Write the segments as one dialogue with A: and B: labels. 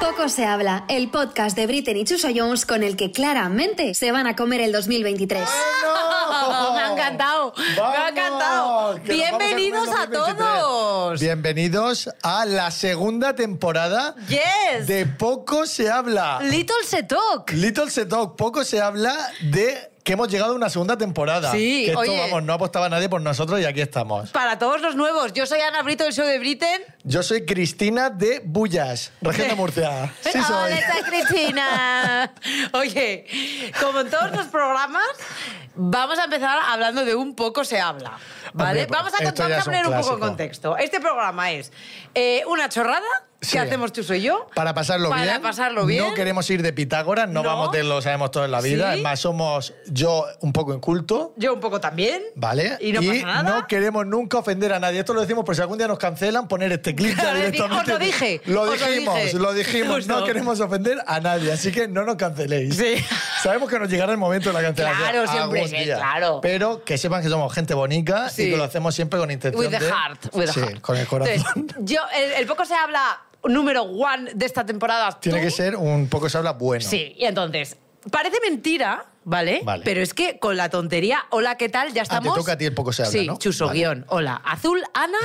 A: Luego se habla, el podcast de Britney y Chuso Jones con el que claramente se van a comer el 2023.
B: ¡Bueno!
C: Me ha encantado. me ha
B: ¡Vamos!
C: encantado.
B: Que nos vamos a comer
C: Bienvenidos a
B: 2023.
C: todos.
B: Bienvenidos a la segunda temporada
C: Yes.
B: de Poco se habla.
C: Little Se Talk.
B: Little Se Talk, poco se habla de que hemos llegado a una segunda temporada.
C: Sí,
B: que esto,
C: oye.
B: vamos, no apostaba nadie por nosotros y aquí estamos.
C: Para todos los nuevos, yo soy Ana Brito del show de Britain.
B: Yo soy Cristina de Bullas, región de Murcia. Sí soy.
C: Hola, está Cristina. Oye, como en todos los programas, vamos a empezar hablando de un poco se habla. ¿Vale?
B: Hombre, pues,
C: vamos a, cont-
B: esto ya
C: vamos a
B: es un
C: poner un, poco en
B: clásico.
C: contexto. Este programa es eh, una chorrada que
B: Sí.
C: hacemos tú soy yo.
B: Para pasarlo
C: Para
B: bien.
C: pasarlo bien.
B: No queremos ir de Pitágoras, no,
C: No.
B: vamos de lo sabemos todo en la vida.
C: Sí.
B: Es más, somos yo un poco inculto.
C: Yo un poco también.
B: ¿Vale?
C: Y no pasa nada.
B: no queremos nunca ofender a nadie. Esto lo decimos por si algún día nos cancelan, poner este clip ya
C: Claro, decir,
B: directamente.
C: "Os lo dije,
B: Lo
C: os lo
B: dijimos,
C: dije".
B: lo dijimos.
C: Justo.
B: No queremos ofender a nadie, así que no nos canceléis.
C: Sí.
B: Sabemos que nos llegará el momento de la cancelación.
C: Claro, siempre,
B: algún
C: sí,
B: día.
C: claro.
B: Pero que sepan que somos gente bonita
C: Sí.
B: y que lo hacemos siempre con intención
C: With the
B: de-
C: heart. With the
B: sí,
C: heart.
B: con el corazón.
C: Entonces, yo, el, el poco se habla número one de esta temporada. ¿tú?
B: Tiene que ser un poco se habla bueno.
C: Sí, y entonces, parece mentira, ¿vale?
B: Vale. Ah,
C: Pero es que con la tontería, hola, ¿qué tal? Ya estamos.
B: toca a ti el poco se habla,
C: Sí,
B: ¿no?
C: chuso,
B: Vale.
C: guión, hola. Azul, Ana,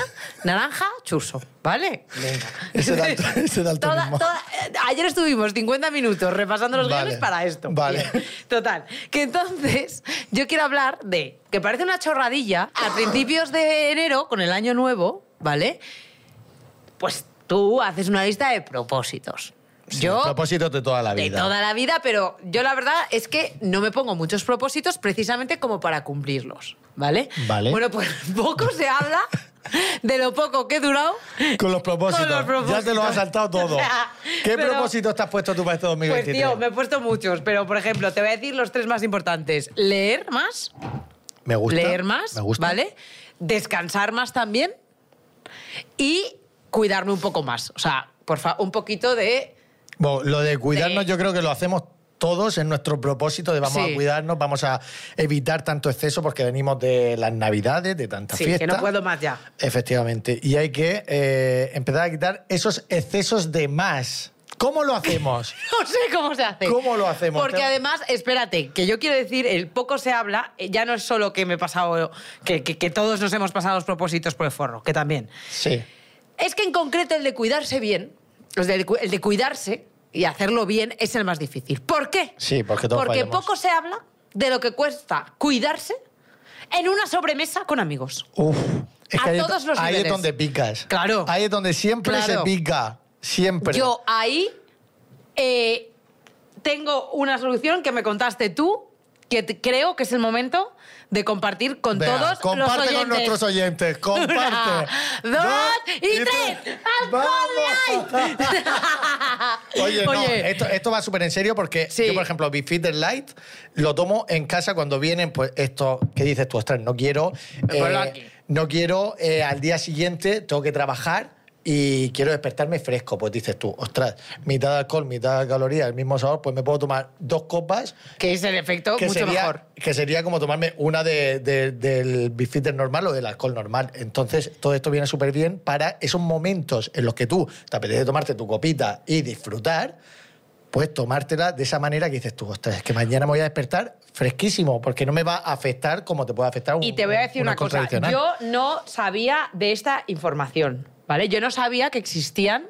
C: naranja, chuso, ¿vale? Venga.
B: Ese dalto- ese daltonismo.
C: eh, ayer estuvimos 50 minutos repasando los
B: Vale,
C: guiones para esto.
B: vale.
C: Bien. Total. Que entonces, yo quiero hablar de. Que parece una chorradilla. A principios de enero, con el año nuevo, ¿vale? Pues tú haces una lista de propósitos.
B: Sí,
C: yo
B: Propósitos de toda la vida.
C: de toda la vida, pero yo la verdad es que no me pongo muchos propósitos precisamente como para cumplirlos, ¿vale?
B: Vale.
C: Bueno, pues poco se habla de lo poco que he durado.
B: Con los propósitos.
C: Con los propósitos.
B: Ya te lo has saltado todo.
C: O sea,
B: ¿Qué
C: pero-
B: propósitos te has puesto tú para este
C: Pues
B: 2023?
C: tío, me he puesto muchos, pero por ejemplo, te voy a decir los tres más importantes. Leer más,
B: Me gusta.
C: leer más,
B: Me gusta.
C: ¿vale? Descansar más también y cuidarme un poco más. O sea, por favor, un poquito de...
B: Bueno, lo de cuidarnos
C: Sí.
B: yo creo que lo hacemos todos en nuestro propósito de vamos
C: Sí.
B: a cuidarnos, vamos a evitar tanto exceso porque venimos de las navidades, de tantas
C: Sí,
B: fiestas.
C: que no puedo más ya.
B: Efectivamente. Y hay que eh, empezar a quitar esos excesos de más. ¿Cómo lo hacemos?
C: No sé cómo se hace.
B: ¿Cómo lo hacemos?
C: Porque
B: Tengo-
C: además, espérate, que yo quiero decir, el poco se habla, eh, ya no es solo que me he pasado, que, que- que todos nos hemos pasado los propósitos por el forro, que también.
B: Sí.
C: Es que en concreto el de cuidarse bien, los del cu- el de cuidarse y hacerlo bien es el más difícil. ¿Por qué?
B: Sí, porque todos
C: Porque
B: fallamos.
C: poco se habla de lo que cuesta cuidarse en una sobremesa con amigos.
B: Uf. Es
C: A
B: que ahí,
C: todos los
B: ahí es
C: niveles.
B: donde picas.
C: Claro.
B: Ahí es donde siempre
C: Claro.
B: se pica. Siempre.
C: Yo ahí eh, tengo una solución que me contaste tú, que te- creo que es el momento de compartir con
B: Venga,
C: todos los
B: comparte
C: oyentes.
B: con nuestros oyentes, comparte.
C: Una, dos y tres. ¡Alcohol
B: ¡Vamos! Oye, no,
C: Oye.
B: esto, esto va súper en serio porque
C: Sí.
B: yo, por ejemplo, Big del Light lo tomo en casa cuando vienen, pues esto que dices tú, ostras, no quiero. eh,
C: Me ponlo aquí.
B: no quiero eh, al día siguiente, tengo que trabajar y quiero despertarme fresco. Pues dices tú, ostras, mitad de alcohol, mitad de calorías, el mismo sabor, pues me puedo tomar dos copas
C: Que es el efecto
B: que
C: Oh, mucho
B: sería,
C: mejor.
B: Que sería como tomarme una de, de- del bifitter normal o del alcohol normal. Entonces, todo esto viene súper bien para esos momentos en los que tú te apetece tomarte tu copita y disfrutar, pues tomártela de esa manera que dices tú, ostras, es que mañana me voy a despertar fresquísimo, porque no me va a afectar como te puede afectar un
C: Y te voy a decir una, cosa.
B: tradicional.
C: Yo no sabía de esta información, ¿vale? Yo no sabía que existían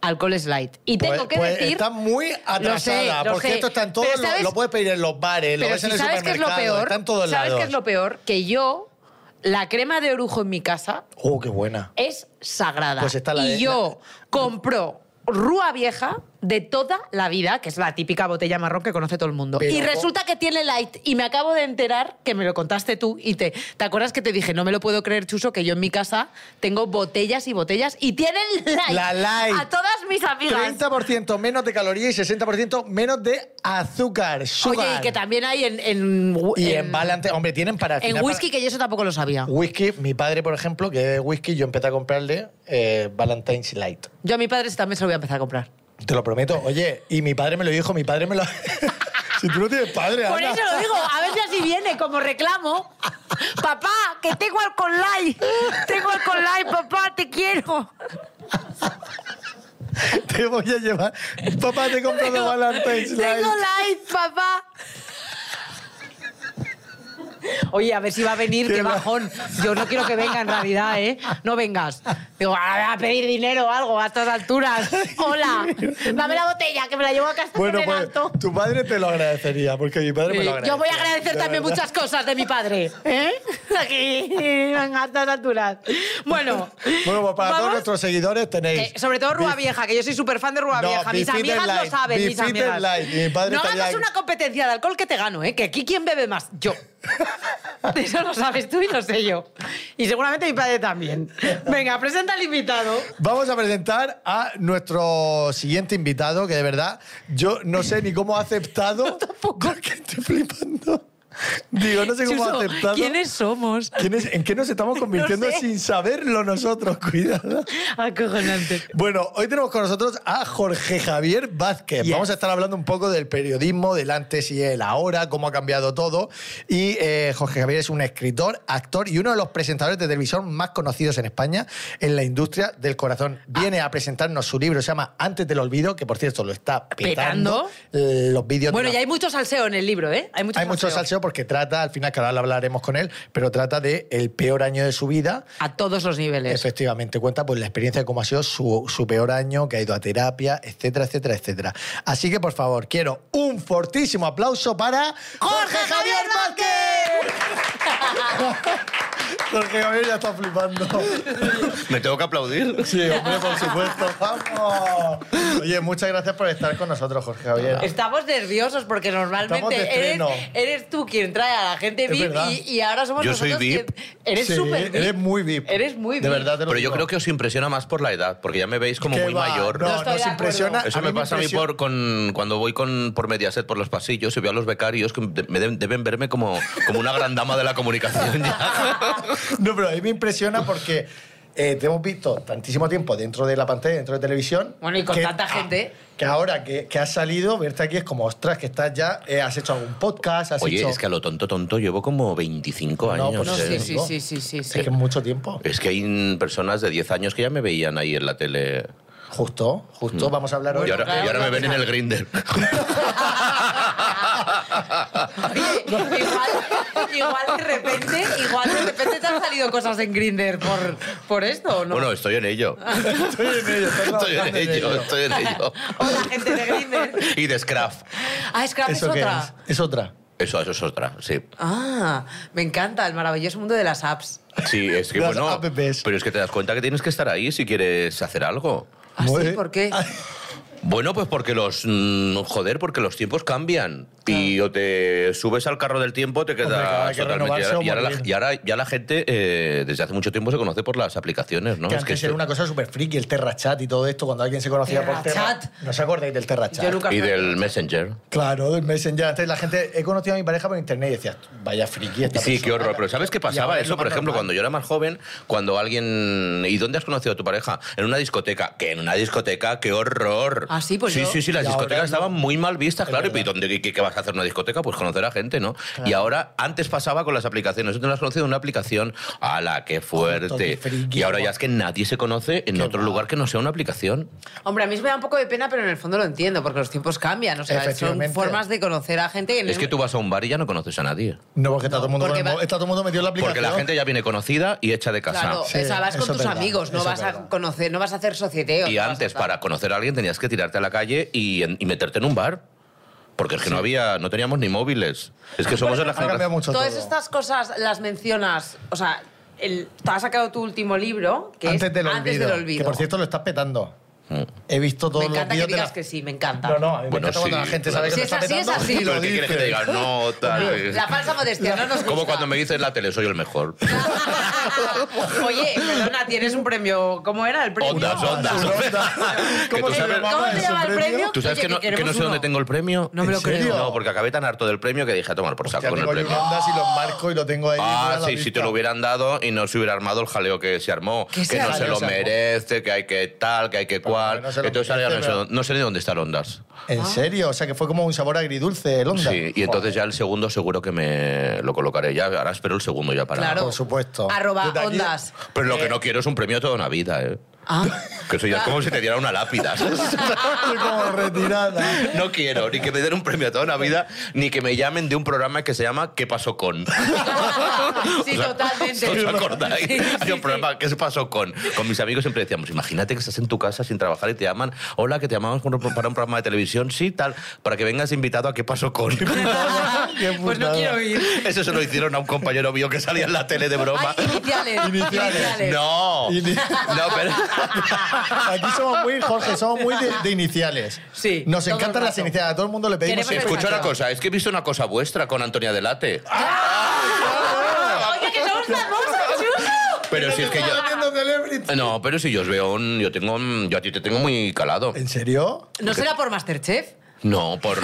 C: alcoholes light. Y
B: Pues-
C: tengo que
B: pues
C: decir...
B: Está muy atrasada,
C: lo
B: porque
C: sé.
B: esto está en todos
C: Pero
B: los-
C: ¿sabes?
B: Lo puedes pedir en los bares, lo
C: Pero
B: ves
C: si
B: en el
C: sabes que es lo
B: supermercado,
C: peor,
B: está en todos
C: ¿sabes
B: lados.
C: qué es lo peor? Que yo, la crema de orujo en mi casa
B: Oh, qué buena.
C: es sagrada.
B: Pues está la
C: y
B: de-
C: yo compro rúa vieja de toda la vida, que es la típica botella marrón que conoce todo el mundo.
B: Pero
C: y
B: vos-
C: resulta que tiene light. Y me acabo de enterar que me lo contaste tú y te... ¿Te acuerdas que te dije, no me lo puedo creer, Chuso, que yo en mi casa tengo botellas y botellas y tienen light?
B: La light.
C: A todas mis amigas.
B: 30% menos de calorías y 60% menos de azúcar.
C: Oye,
B: sugar.
C: y que también hay en... en
B: Y en
C: en-
B: balance, hombre, tienen para.
C: en
B: afinar
C: whisky, que yo eso tampoco lo sabía.
B: para- Whisky, mi padre, por ejemplo, que es whisky, yo empecé a comprarle eh, Valentine's Light.
C: Yo a mi padre ese también se lo voy a empezar a comprar.
B: Te lo prometo. Oye, y mi padre me lo dijo, mi padre me lo. si tú no tienes padre,
C: Por
B: Ana.
C: eso lo digo, a ver si así viene como reclamo. Papá, que tengo alcohol light. Tengo alcohol light, papá, te quiero.
B: te voy a llevar. Papá, te he comprado Valentine's Light.
C: Tengo live, papá. Oye, a ver si va a venir, qué
B: Qué va-
C: bajón. Yo no quiero que venga en realidad, ¿eh? No vengas. Digo, "Ah, a pedir dinero o algo a estas alturas. Hola, dame la botella, que me la llevo a casa
B: Bueno,
C: con el
B: pues
C: alto.
B: tu padre te lo agradecería, porque mi padre me lo agradece.
C: Eh, Yo voy a agradecer también muchas cosas de mi padre, ¿eh? Aquí, venga, a estas alturas. Bueno,
B: Bueno, pues para todos
C: ¿vamos?
B: nuestros seguidores tenéis.
C: Eh, sobre todo Rúa
B: Bif-
C: Vieja, que yo soy súper fan de Rúa
B: No,
C: Vieja. Mis
B: Beefeater
C: amigas
B: Light,
C: lo saben, mis
B: Beefeater
C: amigas.
B: Light, y mi padre
C: no
B: estaría
C: hagas
B: aquí.
C: una competencia de alcohol que te gano, ¿eh? Que aquí quién bebe más, yo. De Eso lo sabes tú y lo sé yo. Y seguramente mi padre también. Venga, presenta al invitado.
B: Vamos a presentar a nuestro siguiente invitado, que de verdad yo no sé ni cómo ha aceptado. tampoco. Que estoy flipando. Digo, no sé cómo ha
C: Suso,
B: aceptado.
C: ¿Quiénes somos?
B: ¿Quién es- ¿En qué nos estamos convirtiendo
C: No sé.
B: sin saberlo nosotros? Cuidado.
C: Acojonante.
B: Bueno, hoy tenemos con nosotros a Jorge Javier Vázquez.
C: Yes.
B: Vamos a estar hablando un poco del periodismo, del antes y el ahora, cómo ha cambiado todo. Y eh, Jorge Javier es un escritor, actor y uno de los presentadores de televisión más conocidos en España en la industria del corazón.
C: Ah.
B: Viene a presentarnos su libro, se llama Antes del Olvido, que por cierto lo está petando. Eh, Los vídeos de
C: Bueno,
B: la-
C: ya hay mucho salseo en el libro, ¿eh? Hay mucho
B: hay mucho salseo porque trata, al final, que ahora lo hablaremos con él, pero trata de el peor año de su vida,
C: A todos los niveles.
B: Efectivamente, cuenta pues la experiencia de cómo ha sido su, su peor año, que ha ido a terapia, etcétera, etcétera, etcétera. Así que, por favor, quiero un fortísimo aplauso para
C: ¡Jorge Javier
B: Vázquez! Jorge Javier ya está flipando.
D: Me tengo que aplaudir.
B: Sí, hombre, por supuesto. ¡Vamos! Oye, muchas gracias por estar con nosotros, Jorge Javier.
C: Estamos nerviosos porque
B: Estamos de
C: normalmente eres,
B: estreno.
C: eres tú quien trae a la gente
B: Es
C: VIP
B: verdad.
C: y, y ahora somos
D: Yo soy
C: nosotros
D: VIP.
C: quien- Eres
B: Sí,
C: súper VIP.
B: Eres muy VIP.
C: Eres muy
B: De
C: VIP.
B: verdad, te lo
D: Pero yo
B: digo.
D: creo que os impresiona más por la edad, porque ya me veis como
B: ¿Qué
D: muy
B: va?
D: mayor.
C: No
B: No,
C: estoy de
B: nos
C: acuerdo.
B: impresiona.
D: Eso
B: a
D: me
B: mí
D: pasa a mí
B: impresiona-
D: por, con, cuando voy con, por Mediaset por los pasillos y veo a los becarios que de- me deben, deben verme como, como una gran dama de la comunicación. ya.
B: No, pero a mí me impresiona porque eh, te hemos visto tantísimo tiempo dentro de la pantalla, dentro de televisión.
C: Bueno, y con tanta gente.
B: Que ahora que, que has salido, verte aquí es como, ostras, que estás ya, eh, has hecho algún podcast, has
D: Oye,
B: hecho...
D: es que a lo tonto tonto llevo como 25
B: No,
D: años.
B: pues
C: No,
B: sé.
C: sí,
D: ¿eh?
C: sí, sí, sí, sí,
B: Es
C: sí.
B: que es mucho tiempo.
D: Es que hay personas de 10 años que ya me veían ahí en la tele.
B: Justo, justo, vamos a hablar hoy.
D: mm. y ahora,
C: claro,
D: y ahora me
C: claro,
D: ven en
C: claro.
D: el grinder.
C: Oye, igual, igual de repente, igual de repente te han salido cosas en Grinder por, por esto, ¿o no?
D: Bueno, estoy en ello.
B: Estoy en ello, estoy trabajando
D: Estoy en
B: en
D: ello,
B: ello.
D: estoy en ello.
C: Hola, gente de Grinder.
D: Y de Scraft.
C: Ah, Scrap es
B: ¿Eso qué
C: otra.
B: es? Es otra.
D: Eso, eso es otra, sí.
C: Ah, me encanta el maravilloso mundo de las apps.
D: Sí, es que
B: Las
D: bueno.
B: APPs.
D: Pero es que te das cuenta que tienes que estar ahí si quieres hacer algo.
C: ¿Ah,
B: Muy
C: sí?
B: bien.
C: ¿Por qué?
D: Bueno, pues porque los. mm, joder, porque los tiempos cambian. Y o te subes al carro del tiempo, te quedas.
B: Hombre, claro, hay que
D: totalmente-
B: renovarse o
D: y, ahora, la,
B: morir.
D: y ahora ya la gente, eh, desde hace mucho tiempo, se conoce por las aplicaciones, ¿no?
B: que
D: Es
B: antes
D: esto-
B: era una cosa súper friki, el Terrachat y todo esto, cuando alguien se conocía por Terra.
C: Terrachat.
B: ¿No os acordáis del Terrachat?
C: Yo nunca
D: Y del Messenger.
B: Claro, del Messenger. Antes la gente... He conocido a mi pareja por internet y decía, vaya friki esta
D: Sí, qué
B: persona".
D: horror. Pero ¿sabes qué
B: Y ahora
D: pasaba?
B: es
D: Eso,
B: lo
D: por
B: más
D: ejemplo,
B: normal.
D: cuando yo era más joven, cuando alguien... ¿Y dónde has conocido a tu pareja? En una discoteca. ¿Qué? En una discoteca, qué horror.
C: Ah, sí, pues
D: Sí,
C: yo-
D: sí, sí, las
B: Y ahora
D: discotecas
B: no.
D: estaban muy mal vistas,
B: Es
D: claro. ¿Y
B: verdad.
D: dónde, qué, qué vas a hacer en una discoteca? Pues conocer a gente, ¿no? Y ahora, antes pasaba con las aplicaciones. Tú te has conocido en una aplicación. ¡Hala, qué
B: Joder, qué
D: fuerte!
B: friki,
D: Y ahora
B: guau.
D: ya es que nadie se conoce en otro lugar que no sea una aplicación.
C: Hombre, a mí me da un poco de pena, pero en el fondo lo entiendo, porque los tiempos cambian. O sea, son
B: Efectivamente.
C: formas de conocer a gente que... en
D: Es que
C: el-
D: tú vas a un bar y ya no conoces a nadie.
B: No, porque está, todo el mundo
C: porque
B: con el
C: va-
B: mo- está todo el mundo metido en la aplicación.
D: Porque la gente ya viene conocida y hecha de casa.
C: Claro,
B: Sí,
C: o sea, vas con
B: eso
C: tus
B: es verdad,
C: amigos, no
B: eso
C: vas
B: es
C: a
B: verdad.
C: conocer, no vas a hacer societeo.
D: Y
C: no vas a
D: antes,
C: tal.
D: para conocer a alguien, tenías que tirarte a la calle y, en- y meterte en un bar. Porque es que no había, no teníamos ni móviles. Es que somos de la
B: Ha cambiado
D: generación.
B: mucho
C: Todas
B: todo.
C: estas cosas las mencionas, o sea, el, te has sacado tu último libro, que
B: Antes,
C: es
B: del olvido,
C: Antes del Olvido.
B: Que por cierto lo estás petando. He visto todos
C: me
B: los
C: encanta que
B: vídeos de
C: digas
B: la...
C: que sí, me encanta.
B: No, no, a mí me
D: Hmm. Bueno,
B: encanta cuando
D: sí,
B: la gente
D: claro.
B: sabe que
C: Si
B: lo
C: es
B: está
C: así, es
B: petando
C: así.
B: y
D: Pero
B: lo
D: ¿qué quieres que te diga?
B: dice.
D: No, tal.
C: La falsa modestia, no nos gusta.
D: Como cuando me dices en la tele, soy el mejor.
C: Oye, perdona, tienes un premio. ¿Cómo era el premio?
D: Ondas, ondas.
B: Una onda.
D: Que
B: ¿Cómo
D: tú
B: se
D: sabes-
B: llamaba
C: ¿Cómo se
B: ese
C: llama el premio?
D: ¿Tú sabes
C: Oye,
D: que no,
C: que
D: que no sé
C: queremos
D: dónde
C: uno.
D: tengo el premio?
C: No me lo
B: ¿En
C: creo.
B: serio?
D: No, porque acabé tan harto del premio que dije, a tomar por saco
B: Hostia,
D: con el
B: tengo yo
D: premio.
B: ondas y los marco y lo tengo ahí. mira
D: Ah,
B: la
D: sí, si
B: vista.
D: te lo hubieran dado y no se hubiera armado el jaleo que se armó.
C: ¿Qué
D: Que
C: se
D: no
C: armó?
D: se lo
B: Se armó.
D: merece, que hay que tal, que hay que cual.
B: no se lo
D: entonces ahora ya no,
B: merece,
D: sé,
B: pero-
D: no sé ni dónde está el Ondas.
B: ¿En
C: Ah.
B: serio? O sea, que fue como un sabor agridulce el onda.
D: Sí, y entonces ya el segundo seguro que me lo colocaré. Ya, ahora espero el segundo ya para...
C: Claro.
B: Por supuesto.
C: Arroba
B: Desde aquí-
C: ondas.
D: Pero lo que no quiero es un premio toda una vida, ¿eh?
C: Ah.
D: Que eso ya es como si te diera una lápida. ¿sabes?
B: como retirada.
D: No quiero ni que me den un premio toda la vida, ni que me llamen de un programa que se llama ¿Qué pasó con?
C: Sí, totalmente.
D: ¿Os acordáis?
C: Sí, sí,
D: Hay un programa ¿Qué se pasó con? Con mis amigos siempre decíamos, imagínate que estás en tu casa sin trabajar y te llaman, hola, que te llamamos por- para un programa de televisión, sí, tal, para que vengas invitado a ¿Qué pasó con?
B: Qué
C: Pues no
B: putada.
C: quiero ir.
D: Eso se lo hicieron a un compañero mío que salía en la tele de broma.
C: Ay, iniciales.
B: Iniciales.
D: No,
B: Y ni-
D: no, pero...
B: Aquí somos muy, Jorge, somos muy de, de iniciales.
C: Sí,
B: Nos
C: todo el
B: encantan las
C: rato.
B: iniciales. A todo el mundo le pedimos.
C: Queremos
B: siempre-
D: Escucho una
C: Exacto.
D: cosa, es que he visto una cosa vuestra con Antonia Delate.
C: Oye, que somos famosos, chulo.
D: Pero si es que yo...
B: Haciendo celebrity.
D: No, pero si yo os veo, un- yo tengo, un- yo a ti te tengo muy calado.
B: ¿En serio?
C: ¿No será por Masterchef?
D: No, por.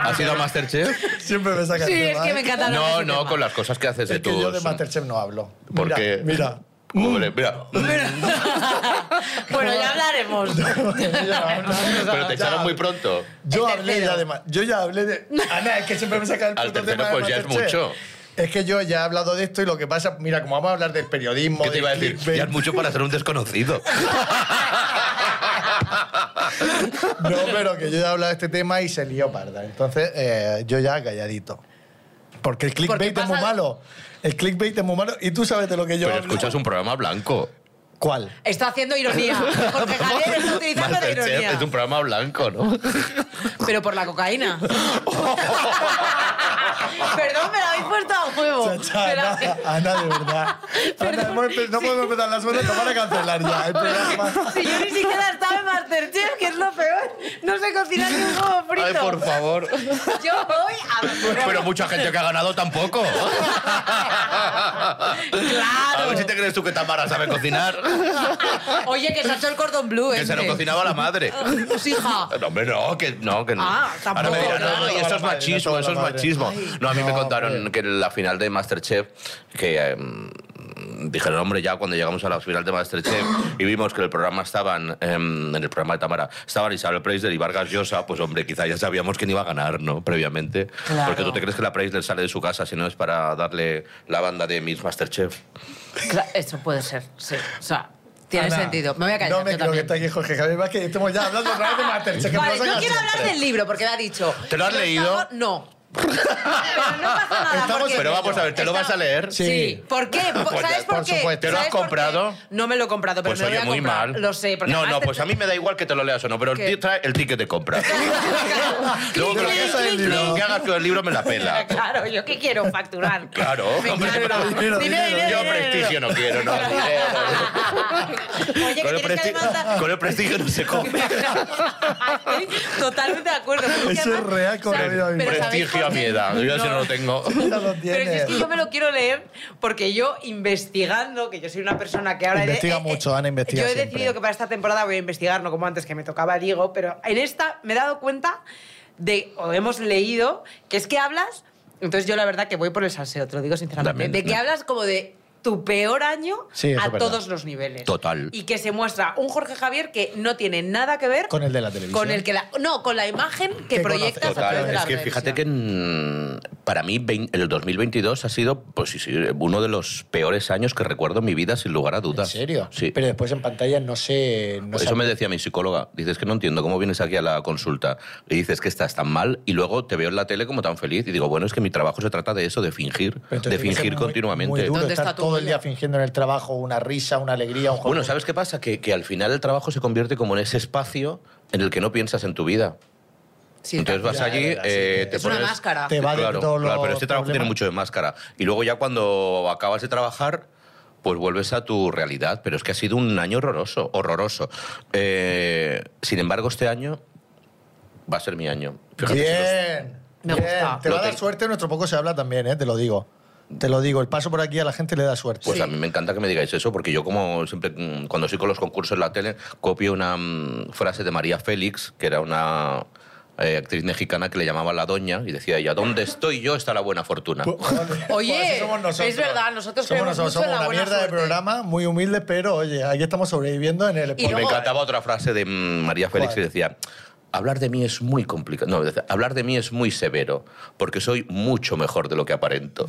D: ¿Has sido Masterchef?
B: Siempre me sacan
C: Sí,
B: de
C: es que
B: mal.
C: me encanta. hablar de
D: No,
C: ese
D: no,
C: tema.
D: con las cosas que haces
B: ¿eh? Es
D: de
B: que yo
D: tus.
B: de Masterchef Mm. no hablo.
D: ¿Por
B: Mira,
D: qué?
B: Mira.
D: Hombre, mira.
C: Bueno, ya hablaremos.
D: Pero te echaron muy pronto.
B: Yo
C: El
B: hablé
C: tercero.
B: ya de ma- Yo ya hablé de. Ana, es que siempre me saca el
D: Al
B: puto
D: tercero,
B: tema de
D: pues, ya es
B: Masterchef.
D: mucho.
B: Es que yo ya he hablado de esto y lo que pasa, mira, como vamos a hablar del periodismo.
D: ¿Qué te
B: del
D: iba a decir?
B: clickbait,
D: Ya es mucho para ser un desconocido.
B: No, pero que yo ya he hablado de este tema y se lió parda. Entonces, eh, yo ya calladito. Porque el clickbait
C: Porque
B: es muy
C: pasa-
B: malo. El clickbait es muy malo y tú sabes de lo que yo
D: Pero
B: hablo.
D: escuchas un programa blanco.
B: ¿Cuál?
C: Está haciendo ironía. Jorge Javier está utilizando la
D: Masterchef
C: ironía.
D: es un programa blanco, ¿no?
C: Pero por la cocaína. Perdón, me la habéis puesto a huevo.
B: Chacha,
C: Me la-
B: Ana, Ana, de verdad. Ana, hemos empe- no podemos empezar las horas, nos van a cancelar ya el programa.
C: Si yo ni siquiera estaba en Masterchef, que es lo peor. No sé cocinar ni un huevo frito.
D: Ay, por favor.
C: Yo voy a...
D: Pero mucha gente que ha ganado tampoco. A ver si te crees tú que Tamara sabe cocinar.
C: Oye, que se ha hecho el cordón blue,
D: Que se lo
C: este.
D: cocinaba la madre.
C: Pues hija.
D: No, hombre, no, que no, que no.
C: Ah, tampoco,
D: Ahora me dirán,
C: no,
D: no,
B: no,
D: y
B: no,
D: eso es
B: la madre,
D: machismo,
B: no,
D: eso es
B: la madre.
D: machismo. No, a mí me
B: No,
D: contaron
B: hombre.
D: que en la final de Masterchef, que eh, dijeron, hombre, ya cuando llegamos a la final de Masterchef y vimos que en el programa estaban, eh, en el programa de Tamara, estaban Isabel Preisler y Vargas Llosa, pues hombre, quizá ya sabíamos quién iba a ganar, ¿no? Previamente.
C: Claro.
D: Porque tú te crees que la Preisler sale de su casa si no es para darle la banda de Miss Masterchef.
C: Cla- Eso puede ser, sí. O sea, tiene
B: Ana,
C: sentido. Me voy a callar.
B: No me
C: yo
B: creo que
C: también.
B: esté aquí Jorge Javier Vázquez. Estamos ya hablando otra vez de Masterchef. que
C: Vale,
B: nos
C: yo
B: sacan
C: quiero hablar
B: siempre.
C: del libro, porque me ha dicho.
D: ¿Te lo has
C: los
D: leído?
C: sabor- No. Pero no pasa nada.
B: Estamos-
C: porque-
D: Pero vamos a ver, ¿te lo vas a leer?
C: Sí.
B: Sí.
C: ¿Por qué? Po-
D: Pues,
C: ¿Sabes
D: por
C: por qué?
D: supuesto. ¿Te lo has
C: ¿Sabes por qué?
D: comprado?
C: No me lo he comprado, pero
D: Pues
C: me lo
D: oye,
C: voy a
D: muy
C: comprar.
D: mal.
C: Lo sé. Porque
D: no,
C: además
D: no,
C: te-
D: pues a mí me da igual que te lo leas o no, pero el
C: ¿Qué?
D: tío trae el ticket de compra. Luego que lo que,
B: clic, clic, clic.
D: lo que hagas con el libro me la pela.
C: Claro, yo que quiero facturar.
D: Claro,
C: Me
D: hombre,
C: encanta.
B: pero dinero,
C: Dinero,
B: dinero.
C: dinero,
D: Yo
C: dinero.
D: prestigio no quiero, no. dinero.
C: Oye, que
D: Con
C: tienes
D: el,
C: que
D: presti-
C: adelantar-
D: con el prestigio no se come.
C: Ay, Totalmente de acuerdo. Pero es que
B: Eso es
C: además-
B: real con la
C: ¿sabes?
B: vida misma.
C: Pero ¿sabéis
D: prestigio
C: por
D: a mi
C: qué?
D: edad. Yo si no lo tengo.
B: Ya lo tienes.
C: Pero si es que yo me lo quiero leer porque yo investigando, que yo soy una persona que ahora... eh,
B: Investiga mucho, Ana, investiga
C: Yo he
B: siempre.
C: decidido que para esta temporada voy a investigar, no como antes que me tocaba Diego, pero en esta me he dado cuenta de, o hemos leído, que es que hablas... Entonces yo la verdad que voy por el salseo, te lo digo sinceramente.
D: También,
C: de que
D: no.
C: hablas como de tu peor año
B: Sí, eso
C: a
B: es verdad.
C: todos los niveles.
D: Total.
C: Y que se muestra un Jorge Javier que no tiene nada que ver
B: Con el de la televisión.
C: con el que la, no, con la imagen que,
B: Que
C: proyectas
B: conoces.
C: a través
D: Total,
C: de la
D: es que fíjate
C: televisión.
D: que en- para mí vein- el 2022 ha sido pues sí, sí, uno de los peores años que recuerdo en mi vida, sin lugar a
B: ¿En
D: dudas.
B: serio?
D: Sí.
B: Pero después en pantalla no sé... No
D: Eso
B: sé-
D: me decía mi psicóloga. Dices que no entiendo cómo vienes aquí a la consulta y dices que estás tan mal y luego te veo en la tele como tan feliz y digo, bueno, es que mi trabajo se trata de eso, de fingir,
B: Pero entonces
D: de
B: tiene que ser
D: fingir
B: muy-
D: continuamente.
B: Muy duro
C: ¿Dónde
B: estar
C: está tu
B: todo el día
C: novia?
B: fingiendo en el trabajo una risa, una alegría, un juego.
D: Bueno, ¿sabes qué pasa? Que, que al final el trabajo se convierte como en ese espacio en el que no piensas en tu vida.
C: Sí,
D: Entonces vas
B: Ya,
D: allí,
B: verdad, sí,
D: eh,
B: que-
D: te
C: es
D: pones...
C: una máscara.
B: Te va de
D: claro,
B: todos
D: claro,
B: los
D: pero este trabajo tiene
B: problemas.
D: mucho de máscara. Y luego ya cuando acabas de trabajar, pues vuelves a tu realidad. Pero es que ha sido un año horroroso, horroroso. Eh, sin embargo, este año va a ser mi año. Fíjate si los-
B: Bien.
C: Me
B: bien.
C: gusta.
B: Te
D: Lo
B: va a dar
D: tengo.
B: suerte, nuestro poco se habla también, ¿eh? te lo digo. Te lo digo, el paso por aquí a la gente le da suerte.
D: Pues
C: Sí.
D: a mí me encanta que me digáis eso, porque yo como siempre, mm, cuando estoy con los concursos en la tele, copio una mm, frase de María Félix, que era una eh, actriz mexicana que le llamaba la doña, y decía ella, ¿dónde estoy yo está la buena fortuna?
C: Oye,
B: Pues así somos nosotros.
C: es verdad, nosotros
B: somos,
C: creemos
B: nosotros,
C: mucho en
B: somos
C: la
B: una
C: buena
B: mierda
C: suerte.
B: de programa, muy humilde, pero oye, aquí estamos sobreviviendo en el
C: Y
D: Y me
C: luego-
D: encantaba otra frase de mm, María Félix
B: ¿Cuál?
D: que decía, hablar de mí es muy complicado. No, decía, hablar de mí es muy severo, porque soy mucho mejor de lo que aparento.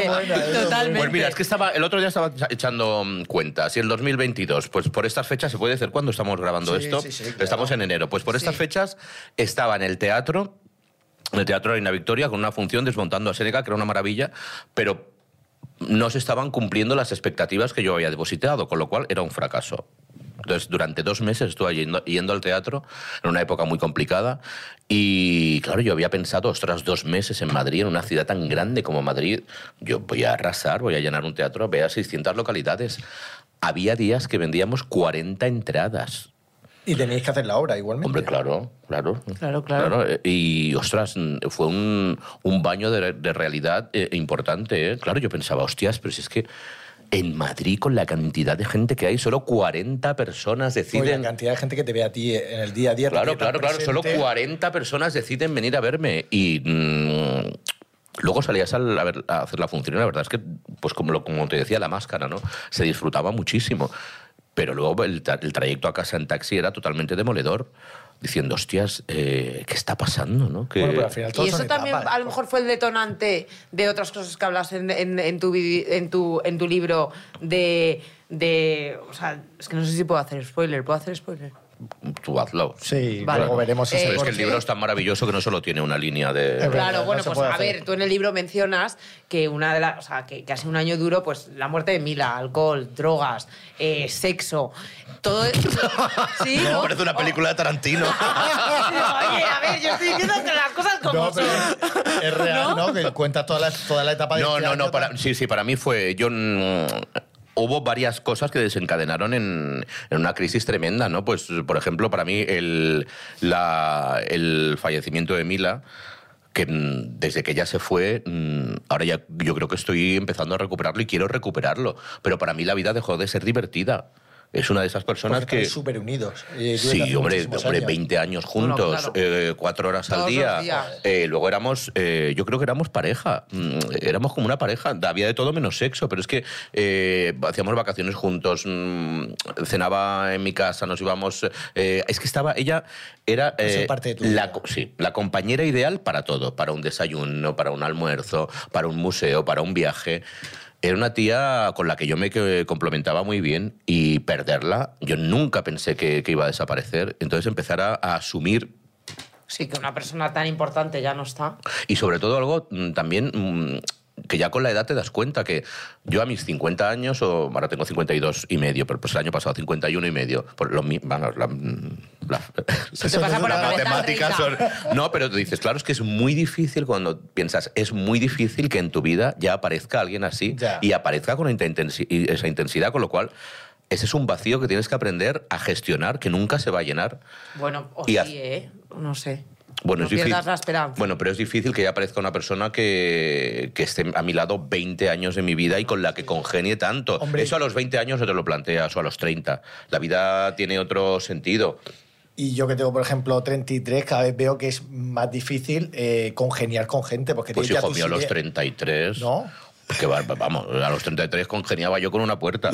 B: Esa es buena, esa es buena.
C: totalmente.
D: Pues mira, es que estaba, el otro día estaba echa- echando mm, cuentas y el 2022, pues por estas fechas, se puede decir cuándo estamos grabando
B: Sí,
D: esto,
B: sí, sí, claro.
D: estamos en enero, pues por estas fechas estaba en el teatro, en el Teatro Reina Victoria, con una función desmontando a Seneca, que era una maravilla, pero no se estaban cumpliendo las expectativas que yo había depositado, con lo cual era un fracaso. Entonces, durante dos meses estuve yendo, yendo al teatro, en una época muy complicada, y claro, yo había pensado, ostras, dos meses en Madrid, en una ciudad tan grande como Madrid, yo voy a arrasar, voy a llenar un teatro, vea 600 localidades. Había días que vendíamos 40 entradas.
B: Y tenéis que hacer la obra igualmente.
D: Hombre, claro, claro.
C: Claro, claro.
D: eh, Y, ostras, mm, fue un, un baño de, de realidad eh, importante. ¿eh? Claro, yo pensaba, hostias, pero si es que en Madrid, con la cantidad de gente que hay, solo 40 personas
B: Oye,
D: deciden...
B: la cantidad de gente que te ve a ti en el día a día. te
D: Claro,
B: ve tan
D: claro, claro. Solo
B: presente.
D: 40 personas deciden venir a verme. Y mm, luego salías al- a, ver- a hacer la función. y La verdad es que, pues como, lo- como te decía, la máscara, ¿no? Se disfrutaba muchísimo. Pero luego el, tra- el trayecto a casa en taxi era totalmente demoledor. Diciendo, hostias, eh, ¿qué está pasando? ¿no? Que-
B: Bueno, pero al final todos
C: Y eso
B: son
C: también
B: etapas.
C: a lo mejor fue el detonante de otras cosas que hablas en, en- en tu, vidi- en, tu, en tu libro de, de... O sea, es que no sé si puedo hacer spoiler. ¿Puedo hacer spoiler?
D: Tú hazlo.
B: Sí,
C: Vale.
B: luego veremos
C: Eh,
B: ese
D: Pero es que el
B: corte.
D: libro es tan maravilloso que no solo tiene una línea
B: Es
D: de...
B: verdad,
C: Claro,
B: no
C: bueno,
B: se
C: pues
B: puede
C: a
B: hacer.
C: ver, tú en el libro mencionas que una de las, o sea, que, que ha sido un año duro, pues la muerte de Mila, alcohol, drogas, eh, sexo, todo. sí, ¿no?
D: Parece una película de Tarantino.
C: Oye, a ver, yo estoy diciendo que las cosas como
B: No,
C: son.
B: pero es- es real, ¿no? Que cuenta toda la, toda la etapa de
D: No,
B: este
D: no,
B: año,
D: no. Para, sí, sí, para mí fue. Yo. mm, Hubo varias cosas que desencadenaron en, en una crisis tremenda, ¿no? Pues, por ejemplo, para mí el, la- el fallecimiento de Mila, que mm, desde que ella se fue, mm, ahora ya yo creo que estoy empezando a recuperarlo y quiero recuperarlo, pero para mí la vida dejó de ser divertida. Es una de esas personas
B: porque
D: que...
B: estáis súper unidos. Eh, durante
D: Sí,
B: hace
D: hombre,
B: muchísimos
D: hombre,
B: años.
D: 20 años juntos,
C: Bueno, claro.
D: eh, cuatro horas al
C: Todos los
D: día.
C: días.
D: Eh, luego éramos, eh, yo creo que éramos pareja, Mm, éramos como una pareja, había de todo menos sexo, pero es que eh, hacíamos vacaciones juntos, mm, cenaba en mi casa, nos íbamos... eh, es que estaba, ella era
B: Eso
D: eh,
B: parte de tu
D: la,
B: vida.
D: co- sí, la compañera ideal para todo, para un desayuno, para un almuerzo, para un museo, para un viaje. Era una tía con la que yo me que- complementaba muy bien y perderla, yo nunca pensé que, que iba a desaparecer. Entonces empezar a, a asumir
C: Sí, que una persona tan importante ya no está.
D: y sobre todo algo mm, también mm, que ya con la edad te das cuenta que yo a mis 50 años, o ahora tengo 52 y medio, pero pues el año pasado 51 y medio, por lo mismo, la, mm, la-
C: Se te pasa por la
D: las
C: cabeza
D: matemáticas son-
C: treinta.
D: No, pero te dices, claro, es que es muy difícil cuando piensas, es muy difícil que en tu vida ya aparezca alguien así
B: Ya.
D: y aparezca con esta intensi- y esa intensidad, con lo cual ese es un vacío que tienes que aprender a gestionar, que nunca se va a llenar.
C: Bueno, o
D: Y haz-
C: sí, ¿eh? No sé.
D: Bueno,
C: no
D: es difícil.
C: pierdas la esperanza.
D: Bueno, pero es difícil que ya aparezca una persona que, que esté a mi lado 20 años de mi vida y con la que congenie tanto.
B: Hombre.
D: Eso a los 20 años no te lo planteas o a los 30. La vida tiene otro sentido.
B: Y yo que tengo, por ejemplo, 33, cada vez veo que es más difícil eh, congeniar con gente. Porque
D: Pues
B: tienes ya
D: hijo
B: tus
D: mío, a los
B: ideas.
D: 33...
B: No.
D: Que va- vamos, a los 33 congeniaba yo con una puerta.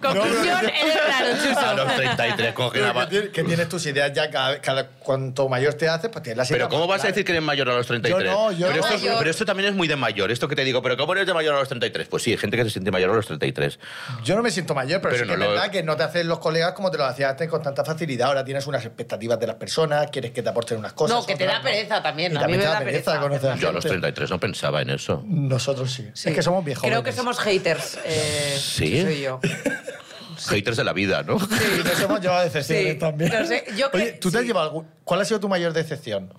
C: Conclusión, eh, eres raro,
D: a
C: Chuso.
D: los 33
B: Pero Que,
D: congeniaba...
B: tienes, que tienes tus ideas ya cada, cada- cuanto mayor te haces, pues tienes las
D: Pero
B: ideas
D: ¿cómo
B: más
D: vas a
B: claras.
D: decir que eres mayor a los 33?
B: Yo no, yo
D: pero,
B: no.
D: esto, es-
C: Mayor.
D: pero esto también es muy de mayor, esto que te digo. ¿Pero cómo eres de mayor a los 33? Pues sí, hay gente que se siente mayor a los 33.
B: Yo no me siento mayor, pero,
D: Pero
B: sí
D: no
B: que es
D: lo-
B: verdad que no te hacen los colegas como te los hacías antes con tanta facilidad. Ahora tienes unas expectativas de las personas, quieres que te aporten unas cosas.
C: No, que te
B: otras
C: da pereza también.
B: Y
C: A mí
B: también
C: me
B: te
C: da
B: da pereza
C: pereza.
B: conocer a
D: Yo a los
B: gente.
D: 33 no pensaba en eso.
B: Nosotros sí.
C: Sí.
B: Es que somos viejos.
C: Creo que somos haters. eh,
D: Sí.
C: que Soy yo.
D: Haters de la vida, ¿no?
B: Y nos hemos llevado decepciones
C: Sí,
B: también.
C: no sé, yo
B: Oye,
C: que-
B: ¿tú te has
C: sí.
B: llevado algún... ¿Cuál ha sido tu mayor decepción?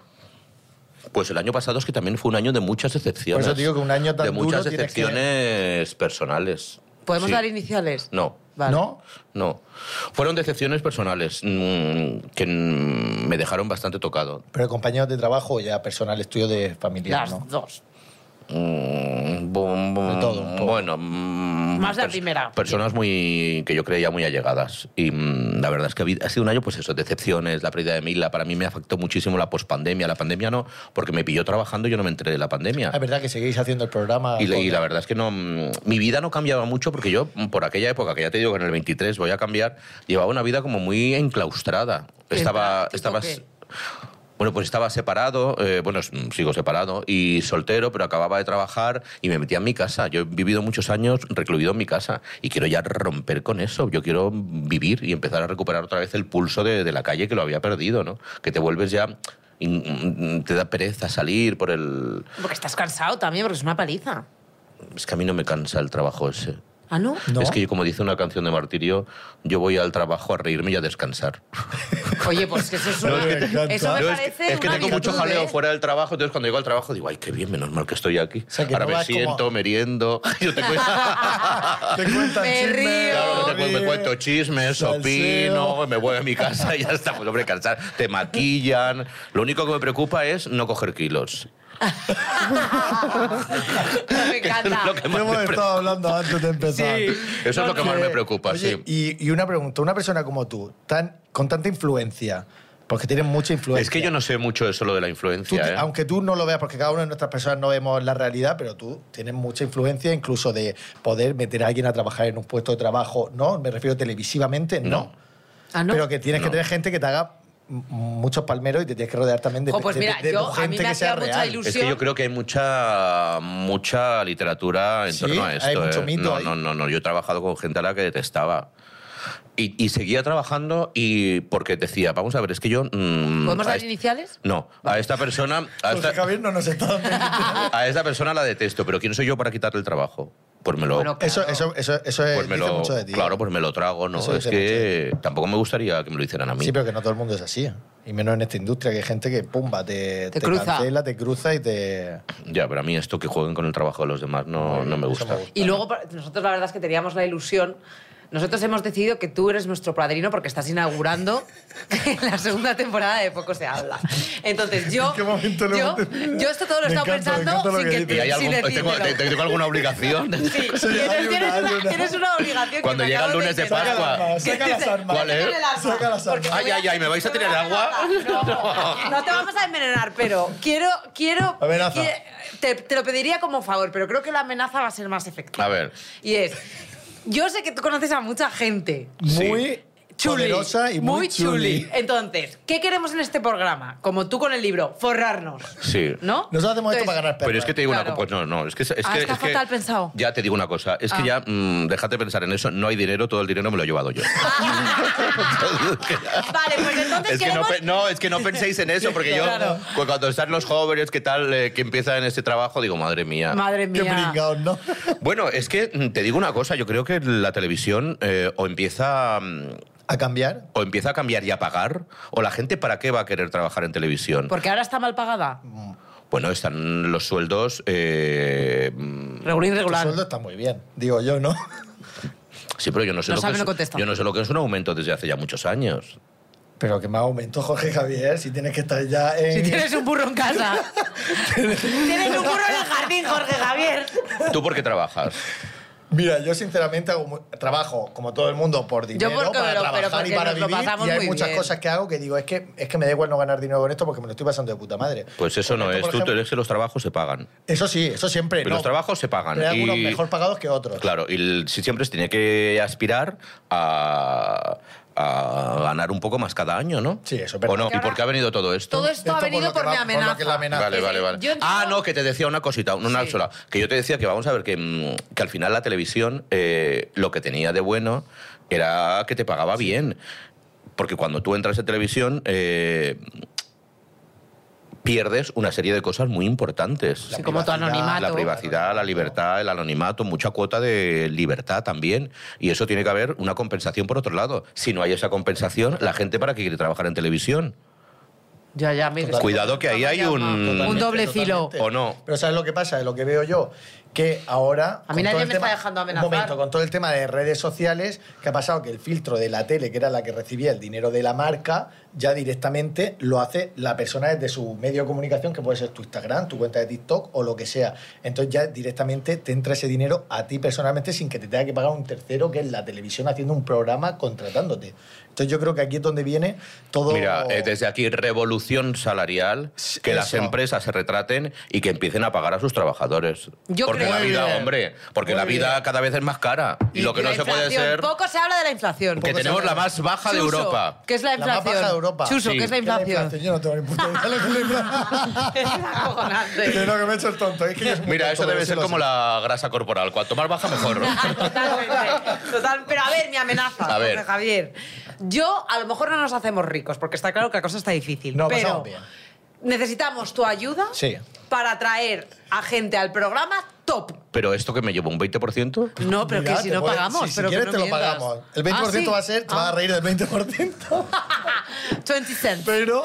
D: Pues el año pasado es que también fue un año de muchas decepciones.
B: Por eso digo que un año tan
D: De muchas
B: duro tienes que-
D: decepciones personales.
C: ¿Podemos
D: Sí.
C: dar iniciales?
D: No.
C: Vale.
B: ¿No?
D: No. Fueron decepciones personales mm, que mm, me dejaron bastante tocado.
B: Pero compañeros de trabajo ya personal, estudio de familiar,
C: Las
B: ¿no?
C: dos.
D: Mm, bum, bum,
B: De todo un poco.
D: Bueno, mm,
C: Más la
D: pers-
C: primera.
D: Personas muy que yo creía muy allegadas. Y mm, la verdad es que ha habido- ha sido un año, pues eso, decepciones, la pérdida de Mila. Para mí me afectó muchísimo la pospandemia. La pandemia no, porque me pilló trabajando y yo no me enteré de la pandemia.
B: Ah, Es verdad que seguís haciendo el programa.
D: Y, la- y
B: con-
D: la verdad es que no, mm, mi vida no cambiaba mucho porque yo, mm, por aquella época, que ya te digo que en el 23 voy a cambiar, llevaba una vida como muy enclaustrada.
C: ¿Qué
D: Estaba,
C: tal? ¿Tipo
D: estabas,
C: qué?
D: bueno, pues estaba separado, eh, bueno, s- sigo separado y soltero, pero acababa de trabajar y me metía en mi casa. Yo he vivido muchos años recluido en mi casa y quiero ya romper con eso. Yo quiero vivir y empezar a recuperar otra vez el pulso de, de la calle que lo había perdido, ¿no? Que te vuelves ya... in- in- Te da pereza salir por el...
C: Porque estás cansado también, porque es una paliza.
D: Es que a mí no me cansa el trabajo ese.
C: Ah, no.
B: ¿No?
D: Es que, como dice una canción de Martirio, yo voy al trabajo a reírme y a descansar.
C: Oye, pues que eso es
B: No,
C: una.
B: me encanta.
C: eso me
D: No,
C: Ah,
D: es que-
C: parece.
D: es que
C: una
D: tengo mucho
C: virtud,
D: jaleo
C: ¿eh?
D: fuera del trabajo, entonces cuando llego al trabajo digo, ay, qué bien, menos mal que estoy aquí.
B: sea, que
D: Ahora
B: no
D: me
B: vas como-
D: siento, meriendo. Yo te cuento,
B: Te cuentan
C: Me
B: chismes,
C: río.
D: claro, te cuento- me cuento chismes,
B: salseo.
D: opino, me voy a mi casa y ya está. Pues, hombre, cansar. Te maquillan. Lo único que me preocupa es no coger kilos.
C: Me encanta.
D: Lo que
B: Lo
D: más
B: hemos
D: me pre-
B: estado hablando antes de empezar.
C: Sí.
D: Eso es lo que más me preocupa,
B: Oye,
D: sí.
B: Y, y una pregunta, una persona como tú, tan, con tanta influencia, porque tienes mucha influencia.
D: Es que yo no sé mucho de eso, lo de la
B: Tú
D: influencia.
B: te-
D: ¿eh?
B: Aunque tú no lo veas, porque cada una de nuestras personas no vemos la realidad, pero tú tienes mucha influencia incluso de poder meter a alguien a trabajar en un puesto de trabajo, ¿no? Me refiero televisivamente, no.
D: No.
C: Ah, no.
B: Pero que tienes que
D: No.
B: tener gente que te haga m- muchos palmeros y te tienes que rodear también de,
C: Jo, pues
B: de-
C: mira,
B: de- de
C: yo- a mí
B: gente
C: me
B: que
C: hacía
B: sea
C: mucha
B: real.
C: ilusión.
D: Es que yo creo que hay mucha mucha literatura en
B: Sí,
D: torno a esto.
B: hay mucho
D: ¿eh?
B: mito
D: no,
B: ahí.
D: no, no, no. Yo he trabajado con gente a la que detestaba. Y, y seguía trabajando y porque decía, vamos a ver, es que yo... mm,
C: ¿Podemos
D: a
C: dar
D: este-
C: iniciales?
D: No, a esta persona... A
B: José
D: esta,
B: Pues, Javier no nos está dando-
D: a esta persona la detesto, pero ¿quién soy yo para quitarle el trabajo? Pues me lo...
C: Bueno,
B: Eso, eso, eso, eso es,
D: pues me
B: eh, dice
D: lo
B: mucho de ti.
D: claro, pues me lo trago, ¿no?
B: Eso
D: es
B: dice
D: que tampoco me gustaría que me lo hicieran a mí.
B: Sí, pero que no todo el mundo es así. Y menos en esta industria, que hay gente que, pumba, te,
C: Te cruza.
B: cancela, te cruza y te...
D: Ya, pero a mí esto que jueguen con el trabajo de los demás no, no me
B: Eso
D: gusta.
C: Y luego pa- nosotros la verdad es que teníamos la ilusión. Nosotros hemos decidido que tú eres nuestro padrino porque estás inaugurando la segunda temporada de Poco se habla. Entonces yo,
B: ¿En qué momento lo
C: yo,
B: hemos tenido?
C: yo esto todo lo he
B: Me
C: estado
B: encanta, me encanta
C: pensando
B: lo
C: sin
B: que
C: que,
B: dices.
D: ¿Y hay
C: sin
D: algún- tengo,
C: decírmelo.
D: te- tengo alguna obligación?
C: Sí,
B: Sí,
C: y entonces
B: hay
C: tienes,
B: una, hay
C: una,
B: una.
C: tienes una obligación. que
D: Cuando
C: me
D: llega el
C: acabo
D: lunes de
C: inventar.
D: Pascua.
B: Saca las armas, saca
C: Que te-
B: las armas.
D: ¿Cuál es?
C: Saca el arma,
B: Saca las
C: porque
B: armas.
C: te voy
D: Ay, ay, ay, ¿me vais a
C: te
D: tirar
C: voy
D: agua?
C: No, no te vamos a envenenar, pero quiero... quiero
B: Amenaza.
C: que- te, te lo pediría como favor, pero creo que la amenaza va a ser más efectiva.
D: A ver.
C: Y es... Yo sé que tú conoces a mucha gente.
D: Sí.
B: Muy
C: Chuli.
B: poderosa y muy, chuli.
C: Entonces, ¿qué queremos en este programa? Como tú con el libro, forrarnos.
D: Sí.
C: ¿No?
B: Nosotros hacemos esto
C: Entonces,
B: para ganar perras.
D: Pero es que te digo una
C: Claro.
D: cosa. Pues no, no. Es que, es
C: Ah,
D: que,
C: está
D: es que-
C: fatal pensado.
D: Ya te digo una cosa. Es que
C: Ah.
D: ya, mm, déjate pensar en eso. No hay dinero, todo el dinero me lo he llevado yo.
C: Vale, pues entonces
D: es que no,
C: queremos...
D: pe- no, es que no penséis en eso, porque yo,
C: Claro.
D: pues cuando están los jóvenes, que tal, eh, que empiezan en este trabajo, digo, madre mía.
C: Madre
B: Qué
C: mía.
B: pringaos, ¿no?
D: Bueno, es que mm, te digo una cosa. Yo creo que la televisión eh, o empieza... mm,
B: A cambiar.
D: o empieza a cambiar y a pagar, o la gente para qué va a querer trabajar en televisión.
C: Porque ahora está mal pagada.
D: Bueno, están los sueldos. eh, mm,
C: Regular,
B: Tu
C: irregular.
B: sueldo está muy bien, digo yo, ¿no?
D: sí, pero yo no sé
C: No
D: lo
C: sabe,
D: que
C: no
D: es,
C: contesta.
D: yo no sé lo que es un aumento desde hace ya muchos años.
B: Pero que más aumento, Jorge Javier, si tienes que estar ya en...
C: Si tienes un burro en casa. tienes un burro en el jardín, Jorge Javier.
D: ¿Tú por qué trabajas?
B: Mira, yo sinceramente hago mu- trabajo, como todo el mundo, por dinero,
C: porque
B: para
C: me lo- pero
B: trabajar y
C: porque
B: para
C: nos lo
B: vivir.
C: pasamos
B: Y hay
C: muy
B: muchas
C: bien.
B: cosas que hago que digo, es que, es que me da igual no ganar dinero con esto porque me lo estoy pasando de puta madre.
D: Pues eso
B: Con
D: no
B: esto,
D: es.
B: por
D: Tú
B: ejemplo-
D: es que los trabajos se pagan.
B: Eso sí, eso siempre.
D: Pero
B: no.
D: los trabajos se pagan.
B: Pero hay algunos
D: y-
B: mejor pagados que otros.
D: Claro, y el- si siempre se tiene que aspirar a, a ganar un poco más cada año, ¿no?
B: Sí, eso es
D: ¿O
B: verdad.
D: no?
C: Que
D: ¿Y por qué ha venido todo esto?
C: Todo esto,
B: Esto
C: ha
B: por
C: venido
B: lo que
C: por,
B: va- por lo
C: mi amenaza.
B: que la amenaza.
D: Vale,
C: Es
D: vale,
C: decir,
D: vale.
C: yo
D: Ah,
C: entiendo-
D: no, que te decía una cosita, una
C: Sí.
D: sola. Que yo te decía que vamos a ver que, mm, que al final la televisión eh, lo que tenía de bueno era que te pagaba bien. Porque cuando tú entras en televisión eh, pierdes una serie de cosas muy importantes.
C: Sí, como tu
B: privacidad,
C: anonimato.
D: La privacidad, la libertad, el anonimato, mucha cuota de libertad también. Y eso tiene que haber una compensación por otro lado. Si no hay esa compensación, la gente para qué quiere trabajar en televisión.
C: Ya, ya, mira.
D: Cuidado que ahí hay un-
C: Un doble filo.
B: Totalmente.
D: ¿O no?
B: Pero ¿sabes lo que pasa? Lo que veo yo, que ahora...
C: A
B: con
C: mí nadie
B: todo el
C: me está dejando amenazar.
B: Un momento, con todo el tema de redes sociales, que ha pasado que el filtro de la tele, que era la que recibía el dinero de la marca, ya directamente lo hace la persona desde su medio de comunicación, que puede ser tu Instagram, tu cuenta de TikTok o lo que sea. Entonces ya directamente te entra ese dinero a ti personalmente sin que te tenga que pagar un tercero, que es la televisión haciendo un programa contratándote. Entonces yo creo que aquí es donde viene todo...
D: Mira, eh, desde aquí, revolución salarial, que las
B: Oh. Eso.
D: empresas se retraten y que empiecen a pagar a sus trabajadores.
C: Yo
D: porque
C: creo-
D: la
C: Muy
D: vida,
B: bien.
D: hombre, porque
B: Muy
D: la vida
B: bien.
D: cada vez es más cara. Y, lo que
C: la
D: no se puede
C: inflación.
D: ser
C: Poco se habla de la inflación.
D: que
B: Poco se
D: tenemos
B: habla.
D: la más baja de
C: Chuso,
D: Europa.
C: ¿Qué es
B: La
C: la
B: más
C: inflación?
B: baja de Europa.
C: Chuso,
D: Sí.
C: ¿qué es la
B: ¿Qué es la
C: inflación?
B: Yo no tengo ni puta idea de lo que es la inflación.
C: Es acojonante.
B: Que no, que me he hecho el tonto. Es que yo soy muy
D: Mira,
B: tonto,
D: eso debe
B: pero sí
D: ser
B: lo
D: como
B: sé.
D: la grasa corporal. Cuanto más baja, mejor.
C: Ah, Totalmente. Total, pero a ver, mi amenaza,
D: A ver.
C: Jorge Javier. Yo, a lo mejor no nos hacemos ricos, porque está claro que la cosa está difícil.
B: No,
C: pero
B: pasamos bien.
C: necesitamos tu ayuda
B: Sí.
C: para traer a gente al programa top.
D: Pero esto que me llevo un 20%.
C: No, pero
B: Mira,
C: que si
B: te
C: no
B: puede-
C: pagamos.
B: Si, si
C: pero que
B: quieres,
C: no
B: te lo
C: mientas.
B: pagamos. El 20%
C: Ah, ¿sí?
B: va a ser, te vas a
C: Ah,
B: reír del 20%.
C: 20 cents.
B: Pero.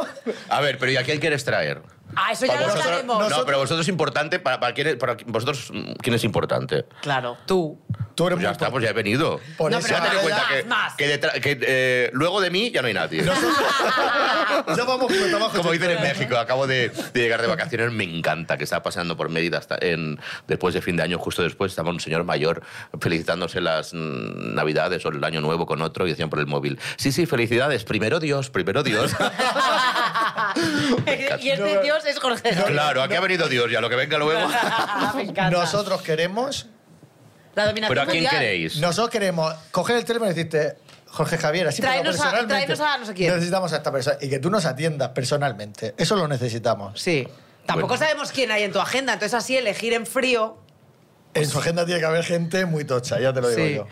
D: A ver, pero ¿y a quién quieres traer?
C: Ah, eso ya
D: Para
C: lo
D: vosotros-
C: hablaremos.
D: No, pero vosotros es importante. Para, para quién es- para vosotros, mm, ¿quién es importante?
C: Claro, tú.
B: Tú eres
D: Pues ya
B: muy
D: está,
B: tonto.
D: pues ya he venido.
B: Por
C: No,
B: eso-
C: pero
D: Ya ten en
C: más,
D: cuenta
C: más,
D: que,
C: más.
D: que detra- que, eh, luego de mí ya no hay nadie.
B: Ya vamos por trabajo.
D: Como dicen en México, acabo de, de llegar de vacaciones, me encanta que estaba pasando por Mérida hasta en, después de fin de año, justo después, estaba un señor mayor felicitándose las mm, Navidades o el Año Nuevo con otro y decían por el móvil, sí, sí, felicidades, primero Dios, primero Dios.
C: y el de
B: No,
C: Dios es Jorge.
D: claro, aquí ha venido Dios, ya lo que venga luego.
C: Me encanta.
B: Nosotros queremos.
C: La dominación
D: Pero ¿a quién
C: mundial.
D: queréis?
B: Nosotros queremos coger el teléfono y decirte. Jorge Javier, así pero
C: Tráenos a-
B: personalmente.
C: tráenos a no sé quién.
B: Necesitamos a esta persona. Y que tú nos atiendas personalmente. Eso lo necesitamos.
C: Sí. Tampoco
D: Bueno.
C: sabemos quién hay en tu agenda, entonces así elegir en frío.
B: En su agenda tiene que haber gente muy tocha, ya te lo digo
C: Sí.
B: yo.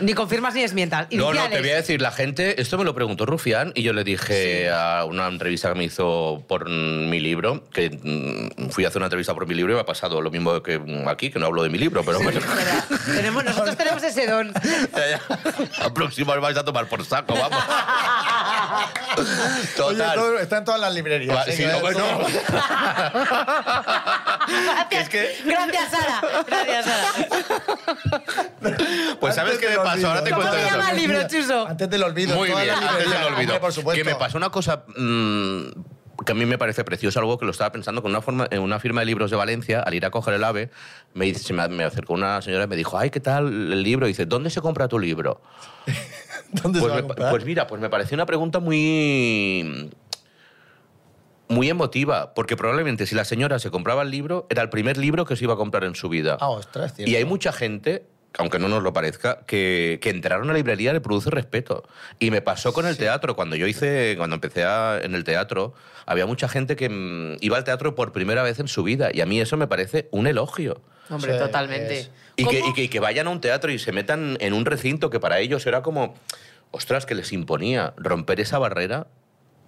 C: Ni confirmas ni desmientas.
D: No, no,
C: Iniciales.
D: te voy a decir, la gente, esto me lo preguntó Rufián y yo le dije a una entrevista que me hizo por mm, mi libro, que mm, fui a hacer una entrevista por mi libro y me ha pasado lo mismo que mm, aquí, que no hablo de mi libro, pero bueno.
C: Espera, tenemos, nosotros tenemos ese don.
D: Ya, ya. La próxima os vais a tomar por saco, vamos.
B: Oye,
D: Total.
B: todo- está en todas las librerías.
D: Va,
B: ¿eh?
D: sí,
B: Que
D: no,
B: hay
D: bueno. pues,
B: todo-
C: Gracias, gracias, Sara. Gracias, Sara.
D: Pues ¿sabes
B: Antes
D: qué
B: del
D: me pasó?
B: olvido.
D: Ahora te
C: ¿Cómo
D: cuento
C: se
D: eso.
C: llama el libro, Chuso?
B: Antes del olvido.
D: Muy
B: en todas
D: bien,
B: las
D: antes del
B: librerías,
D: olvido.
B: hombre, por supuesto.
D: Que me pasó una cosa mm, que a mí me parece preciosa, algo que lo estaba pensando con una, forma, en una firma de libros de Valencia, al ir a coger el ave, me, dice- se me, me acercó una señora y me dijo, ay, ¿qué tal el libro? Y dice, ¿dónde se compra tu libro?
B: ¿Dónde se
D: Pues,
B: va a
D: me-
B: comprar?
D: pues mira, pues me pareció una pregunta muy muy emotiva, porque probablemente si la señora se compraba el libro, era el primer libro que se iba a comprar en su vida.
B: Ah, ostras, cierto.
D: y hay mucha gente, aunque no nos lo parezca, que, que entrar a una librería le produce respeto. Y me pasó con el teatro. Cuando yo hice, cuando empecé a- en el teatro, había mucha gente que mm, iba al teatro por primera vez en su vida. Y a mí eso me parece un elogio.
C: Hombre,
B: Sí,
C: totalmente.
B: es.
D: Y que,
C: ¿Cómo?
D: y que- y que vayan a un teatro y se metan en un recinto que para ellos era como, ostras, que les imponía romper esa barrera.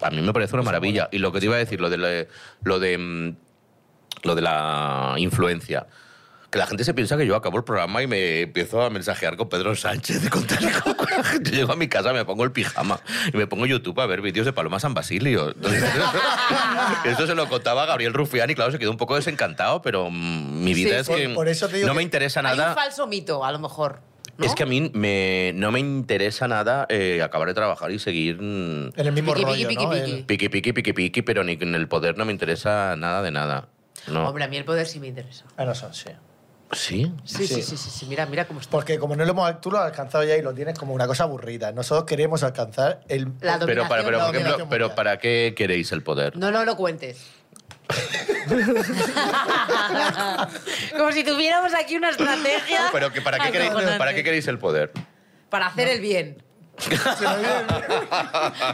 D: A mí me parece una maravilla. Y lo que te iba a decir, lo de, la- lo de, mm, lo de la influencia. Que la gente se piensa que yo acabo el programa y me empiezo a mensajear con Pedro Sánchez de contarle cómo la gente. Llego a mi casa, me pongo el pijama y me pongo YouTube a ver vídeos de Paloma San Basilio. Entonces, esto se lo contaba a Gabriel Rufián y claro, se quedó un poco desencantado, pero mm, mi vida
C: Sí,
D: es
B: por-
D: que
B: por eso te digo
D: no
B: que
D: me interesa
C: Hay un
D: nada.
C: falso mito, a lo mejor. ¿no?
D: Es que a mí me- no me interesa nada eh, acabar de trabajar y seguir mm,
B: En el mismo
C: Piqui, piqui,
B: rollo,
C: piqui,
B: ¿no?
C: piqui.
B: El-
D: piqui, piqui, piqui, piqui, pero ni en el poder no me interesa nada de nada. No.
C: Hombre, a mí el poder sí me interesa.
B: Ah, no son, sí.
D: ¿Sí?
C: Sí, sí,
B: Sí.
C: sí, sí, sí, Mira, mira cómo está.
B: Porque como no lo hemos, tú lo has alcanzado ya y lo tienes como una cosa aburrida. Nosotros queremos alcanzar el...
C: La do-
D: Pero para,
C: Dominación,
D: pero, por ejemplo,
B: dominación
D: pero
B: mundial.
D: ¿para qué queréis el poder?
C: No, no lo cuentes. Como si tuviéramos aquí una estrategia.
D: Pero que ¿para, qué queréis,
C: acojonante.
D: ¿para qué queréis el poder?
C: Para hacer el bien.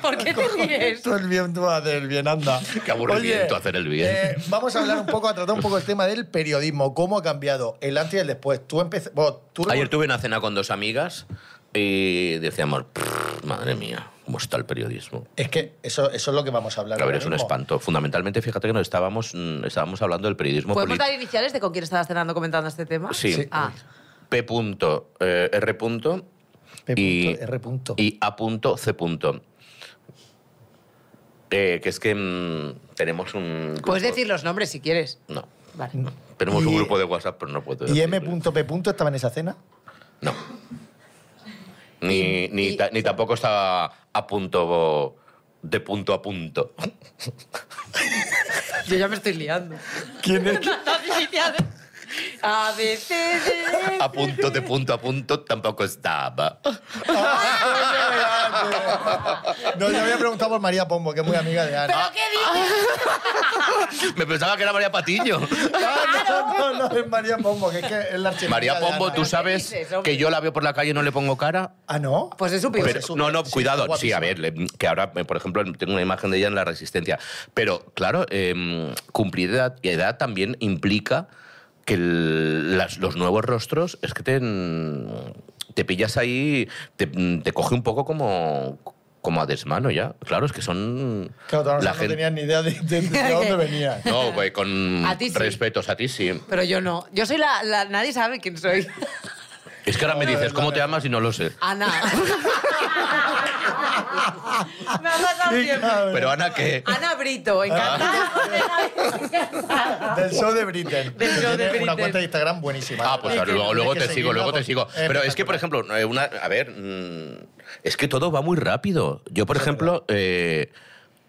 C: ¿Por qué te ríes?
B: Tú el bien, tú haces el bien, anda.
D: Qué aburrimiento hacer el bien.
B: eh, vamos a hablar un poco, a tratar un poco el tema del periodismo, cómo ha cambiado el antes y el después. Tú empezaste...
D: Ayer tuve una cena con dos amigas y decíamos, "Prr, madre mía, ¿cómo está el periodismo?
B: Es que eso, eso es lo que vamos a hablar.
D: A ver,
B: ahora
D: es un
B: mismo.
D: espanto. Fundamentalmente, fíjate que nos estábamos, mm, estábamos hablando del periodismo
C: ¿Podemos
D: político.
C: dar iniciales de con quién estabas cenando comentando este tema?
D: Sí.
B: Sí.
C: Ah,
D: P. punto, eh, R. punto
B: P punto,
D: y,
B: R punto.
D: y A. punto, C. punto. Eh, que es que mm, tenemos un...
C: puedes
D: grupo-
C: Pues- decir los nombres si quieres.
D: No.
C: Vale.
D: Tenemos
B: Y-
D: un grupo de WhatsApp, pero no puedo.
B: ¿Y
D: decir.
B: M.P. estaba en esa cena?
D: No. Ni, ni,
C: y-
D: ta- ni tampoco estaba a punto de punto a punto.
C: Yo ya me estoy liando.
B: ¿Quién es?
C: A, B, C, D. E.
D: A punto de punto a punto tampoco estaba.
B: No, yo había preguntado por María Pombo, que es muy amiga de Ana.
C: ¿Pero qué dices?
D: Me pensaba que era María Patiño.
B: Ah, no, no, no, es María Pombo, que es, que es la archienemiga
D: María
B: de
D: Pombo,
B: Ana. ¿eh?
D: ¿tú
C: qué
D: sabes
C: dices, hombre?
D: que yo la veo por la calle y no le pongo cara?
B: Ah, ¿no?
C: Pues es un piso.
D: Pero-
B: es un-
D: no, no,
B: sí,
D: cuidado.
B: está
D: Sí, a ver,
B: guapísima.
D: le- que ahora, eh, por ejemplo, tengo una imagen de ella en La Resistencia. Pero, claro, eh, cumplir edad, edad también implica que el- las- los nuevos rostros es que te, mm, te pillas ahí, te, mm, te coge un poco como, como a desmano ya. Claro, es que son...
B: Claro, todavía
D: la
B: no
D: gente-
B: tenía ni idea de, de- de dónde venía.
D: No, güey, con
C: A ti sí.
D: respetos a ti sí.
C: Pero yo no. Yo soy la, la- Nadie sabe quién soy.
D: Es que ahora me dices, ¿cómo te llamas? Y no lo sé.
C: Ana. me ha pasado tiempo.
D: Pero Ana, ¿qué?
C: Ana Brito, encantada.
B: Del show de Britain.
C: Del show de
B: Tiene Una
C: Britain.
B: cuenta de Instagram buenísima.
D: Ah, pues ahora, luego, luego te sigo, luego te sigo. Pero es que, por ejemplo, eh, una, a ver, mm, es que todo va muy rápido. Yo, por ejemplo, eh,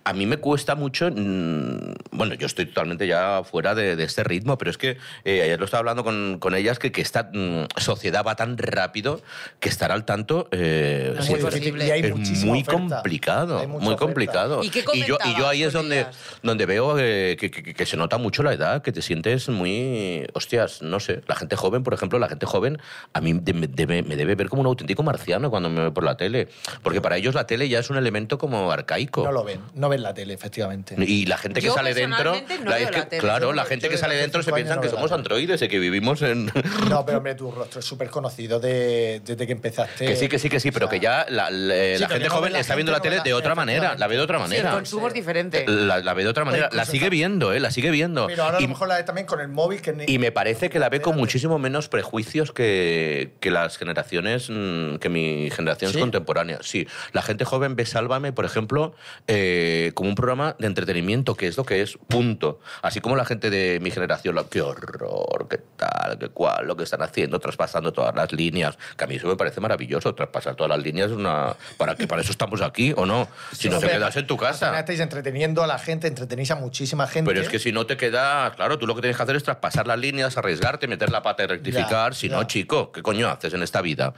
D: a mí me cuesta mucho, mm, bueno, yo estoy totalmente ya fuera de, de este ritmo, pero es que eh, ayer lo estaba hablando con, con ellas, que, que esta mm, sociedad va tan rápido que estar al tanto... eh,
C: No es
D: siempre-
C: posible.
B: Y hay
D: es
B: muchísima
D: muy
B: oferta.
D: complicado,
B: Hay mucha
D: muy
B: oferta.
D: complicado.
C: ¿Y qué
D: yo, y yo ahí
C: comentabas
D: es
C: con
D: donde,
C: ellas?
D: donde veo eh, que, que- que se nota mucho la edad, que te sientes muy... Hostias, no sé, la gente joven, por ejemplo, la gente joven a mí de- me debe, me debe ver como un auténtico marciano cuando me ve por la tele, porque para ellos la tele ya es un elemento como arcaico.
B: No lo ven, no ven la tele, efectivamente.
D: Y la gente que
C: Yo
D: sale dentro,
C: personalmente no
D: la-
C: veo
D: es que-
C: la tele.
D: claro,
B: Yo
D: la
B: no-
D: gente
B: yo
D: que
B: desde
D: sale
B: hace
D: dentro se
B: cinco años
D: piensan
B: no
D: que
B: veo la
D: somos
B: tele.
D: androides y que vivimos en...
B: No, pero hombre, tu rostro es súper conocido de- desde que empezaste.
D: Que sí, que sí, que sí, pero
B: O sea,
D: que ya la, la- eh,
B: Sí,
D: la
B: pero
D: gente
B: no
D: joven
B: ve la
D: está
B: gente,
D: viendo la
B: no
D: tele
B: ve la-
D: de otra manera, la ve de otra
C: Sí, el
D: manera.
C: consumo es diferente.
D: La, la ve de otra manera.
B: Pero
D: La
B: incluso
D: sigue
B: está-
D: viendo, ¿eh? La sigue viendo.
B: Pero ahora a
D: y,
B: lo mejor la de también con el móvil que ni-
D: y me parece que la ve con muchísimo menos prejuicios que, que las generaciones, mm, que mi generación
B: ¿Sí?
D: es contemporánea. Sí, la gente joven ve Sálvame, por ejemplo, eh, como un programa de entretenimiento, que es lo que es, punto. Así como la gente de mi generación, lo, qué horror, qué tal, qué cual, lo que están haciendo, traspasando todas las líneas, que a mí eso me parece maravilloso, traspasar todas las líneas, es una... ¿para que ¿Para eso estamos aquí o no? Si no te
B: Hombre,
D: quedas en tu
B: al final
D: casa.
B: Estáis entreteniendo a la gente, entretenéis a muchísima gente.
D: Pero es que si no te queda, claro, tú lo que tienes que hacer es traspasar las líneas, arriesgarte, meter la pata y rectificar.
B: Ya,
D: si
B: ya.
D: no, chico, ¿qué coño haces en esta vida?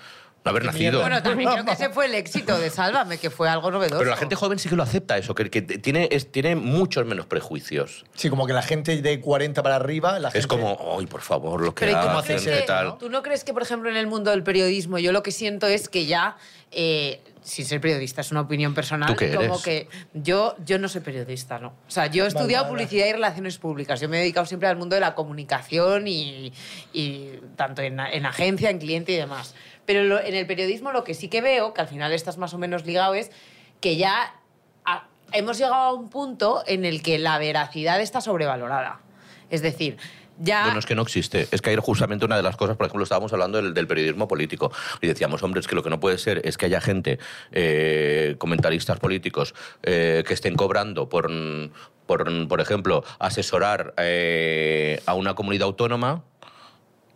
D: No haber
B: Qué
D: nacido.
B: mierda.
C: Bueno, también creo que ese fue el éxito de Sálvame, que fue algo novedoso.
D: Pero la gente joven sí que lo acepta eso, que, que tiene, es- tiene muchos menos prejuicios.
B: Sí, como que la gente de 40 para arriba. La
D: Es
B: gente-
D: como, ay, por favor, lo que
C: Pero ¿y tú, no
D: hacen,
C: crees
B: hacen
D: qué
C: que,
D: tal.
C: tú no crees que, por ejemplo, en el mundo del periodismo, yo lo que siento es que ya, eh, sin ser periodista, es una opinión personal,
D: ¿Tú qué
C: como
D: eres?
C: que yo, yo no soy periodista, ¿no? O sea, yo he estudiado
B: vale, vale.
C: publicidad y relaciones públicas, yo me he dedicado siempre al mundo de la comunicación y, y tanto en, a- en agencia, en cliente y demás. Pero lo- en el periodismo lo que sí que veo, que al final estás más o menos ligado, es que ya a- hemos llegado a un punto en el que la veracidad está sobrevalorada. Es decir, ya...
D: Bueno, es que no existe. Es que ayer justamente una de las cosas, por ejemplo, estábamos hablando del, del periodismo político y decíamos, hombre, es que lo que no puede ser es que haya gente, eh, comentaristas políticos, eh, que estén cobrando por, por, por ejemplo, asesorar eh, a una comunidad autónoma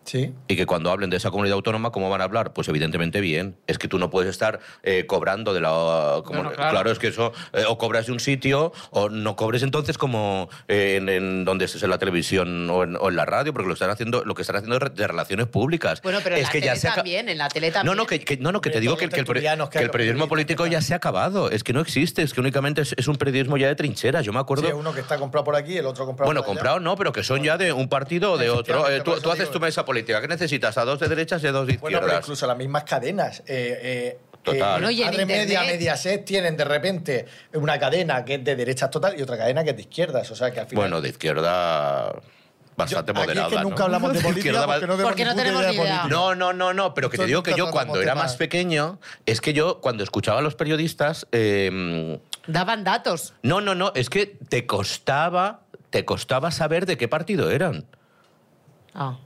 B: Sí.
D: y que cuando hablen de esa comunidad autónoma, ¿cómo van a hablar? Pues evidentemente bien. Es que tú no puedes estar eh, cobrando de la... como-
C: No, no, claro.
D: claro. es que eso... eh, o cobras de un sitio o no cobres entonces como eh, en, en donde estés en la televisión o en, o en la radio, porque lo están haciendo lo que están haciendo es re- de relaciones públicas.
C: Bueno, pero en
D: es
C: la
D: que
C: tele
D: ya se aca-
C: también, en la tele también.
D: No, no, que, que- no, no, que
B: Hombre,
D: te digo
B: todos
D: que,
B: los
D: que el, peri-
B: tertulianos que
D: que el
B: los
D: periodismo
B: periodistas
D: político ya se ha acabado. Es que no existe, es que únicamente es, es un periodismo ya de trincheras. Yo me acuerdo...
B: Sí, uno que está comprado por aquí, el otro comprado
D: Bueno,
B: por allá.
D: comprado no, pero que son ya de un partido o de otro.
B: Efectivamente,
D: Eh, tú,
B: por eso
D: tú haces
B: digo.
D: tu mesa política. ¿Qué necesitas? A dos de derechas y a dos de
B: Bueno,
D: izquierdas.
B: pero incluso las mismas cadenas. Eh, eh,
D: Total.
B: eh,
D: Bueno,
C: y en
B: Adre Media,
C: Internet.
B: Mediaset tienen de repente una cadena que es de derechas total y otra cadena que es de izquierdas. O sea que al final.
D: Bueno, de izquierda bastante
B: Yo- aquí
D: moderada.
B: es que nunca
D: ¿no?
B: hablamos de política
D: Izquierda va-
B: porque no,
C: Porque no
B: ni puta
C: tenemos
B: idea
C: ni
B: de
C: idea.
B: política.
D: no, no, no, no, pero que te
B: Entonces,
D: digo que yo
B: tratamos
D: cuando era
B: temas.
D: más pequeño, es que yo cuando escuchaba a los periodistas, eh,
C: Daban datos.
D: no, no, no, es que te costaba, te costaba saber de qué partido eran.
C: Ya.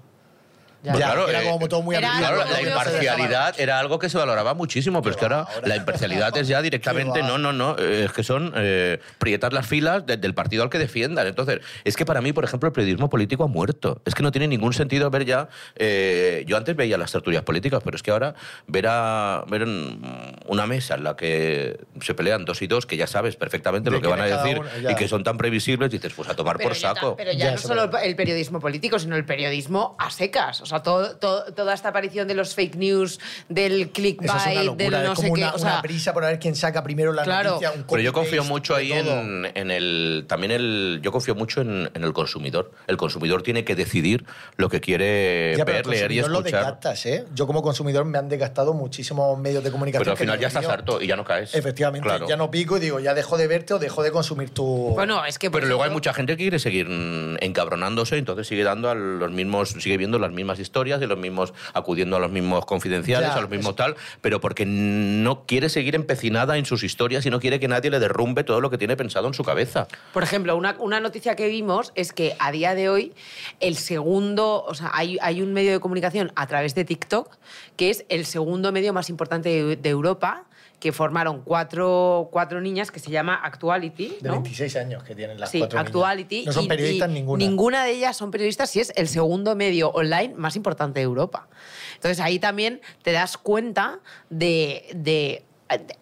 B: Ya,
D: Claro,
B: era
D: eh,
B: como todo muy
C: era
B: apretado,
D: Claro,
C: algo
B: ¿no?
D: la
C: curioso.
D: imparcialidad era algo que se valoraba muchísimo, pero es que ahora la imparcialidad es ya directamente,
B: va.
D: no, no, no, eh, es que son eh, prietas las filas de- del partido al que defiendan. Entonces, es que para mí, por ejemplo, el periodismo político ha muerto. Es que no tiene ningún sentido ver ya, eh, yo antes veía las tertulias políticas, pero es que ahora ver, a, ver en una mesa en la que se pelean dos y dos, que ya sabes perfectamente
B: De
D: lo que
B: quién
D: van a
B: es cada
D: decir
B: uno, ya.
D: y que son tan previsibles, dices, pues a tomar por
C: ya ta-
D: saco.
C: pero ya,
B: Ya,
C: no
B: eso
C: solo
B: es verdad.
C: el periodismo político, sino el periodismo a secas. O sea, todo- todo- toda esta aparición de los fake news, del clickbait,
B: Eso es una locura,
C: del
B: es
C: no
B: como
C: sé qué.
B: una,
C: o
B: una
C: sea,
B: prisa por ver quién saca primero la
C: Claro.
B: noticia. un
D: Pero yo
B: copy-paste
D: confío mucho
B: de
D: ahí
B: todo.
D: en, en el. También el. Yo confío mucho en, en el consumidor. El consumidor tiene que decidir lo que quiere
B: Ya, pero
D: eh, ver,
B: el
D: leer y
B: consumidor lo
D: escuchar.
B: desgastas, ¿eh? Yo como consumidor me han desgastado muchísimos medios de comunicación.
D: Pero al
B: que
D: final
B: no
D: ya estás
B: mío.
D: harto y ya no caes.
B: Efectivamente,
D: Claro.
B: ya no pico y digo, ya dejo de verte o dejo de consumir tu...
C: bueno, es que. por
D: Pero luego hay
C: ejemplo,
D: mucha gente que quiere seguir mm, encabronándose, entonces sigue dando a los mismos, sigue viendo las mismas historias de los mismos, acudiendo a los mismos confidenciales,
B: Ya,
D: a los mismos
B: es-
D: tal, pero porque no quiere seguir empecinada en sus historias y no quiere que nadie le derrumbe todo lo que tiene pensado en su cabeza.
C: Por ejemplo, una, una noticia que vimos es que a día de hoy el segundo, o sea, hay, hay un medio de comunicación a través de TikTok que es el segundo medio más importante de, de Europa que formaron cuatro, cuatro niñas que se llama Actuality.
B: de
C: ¿no?
B: 26 años que tienen las
C: sí,
B: cuatro niñas.
C: Actuality.
B: No son
C: y-
B: periodistas
C: y
B: ninguna.
C: Ninguna de ellas son periodistas y es el segundo medio online más importante de Europa. Entonces ahí también te das cuenta de... de-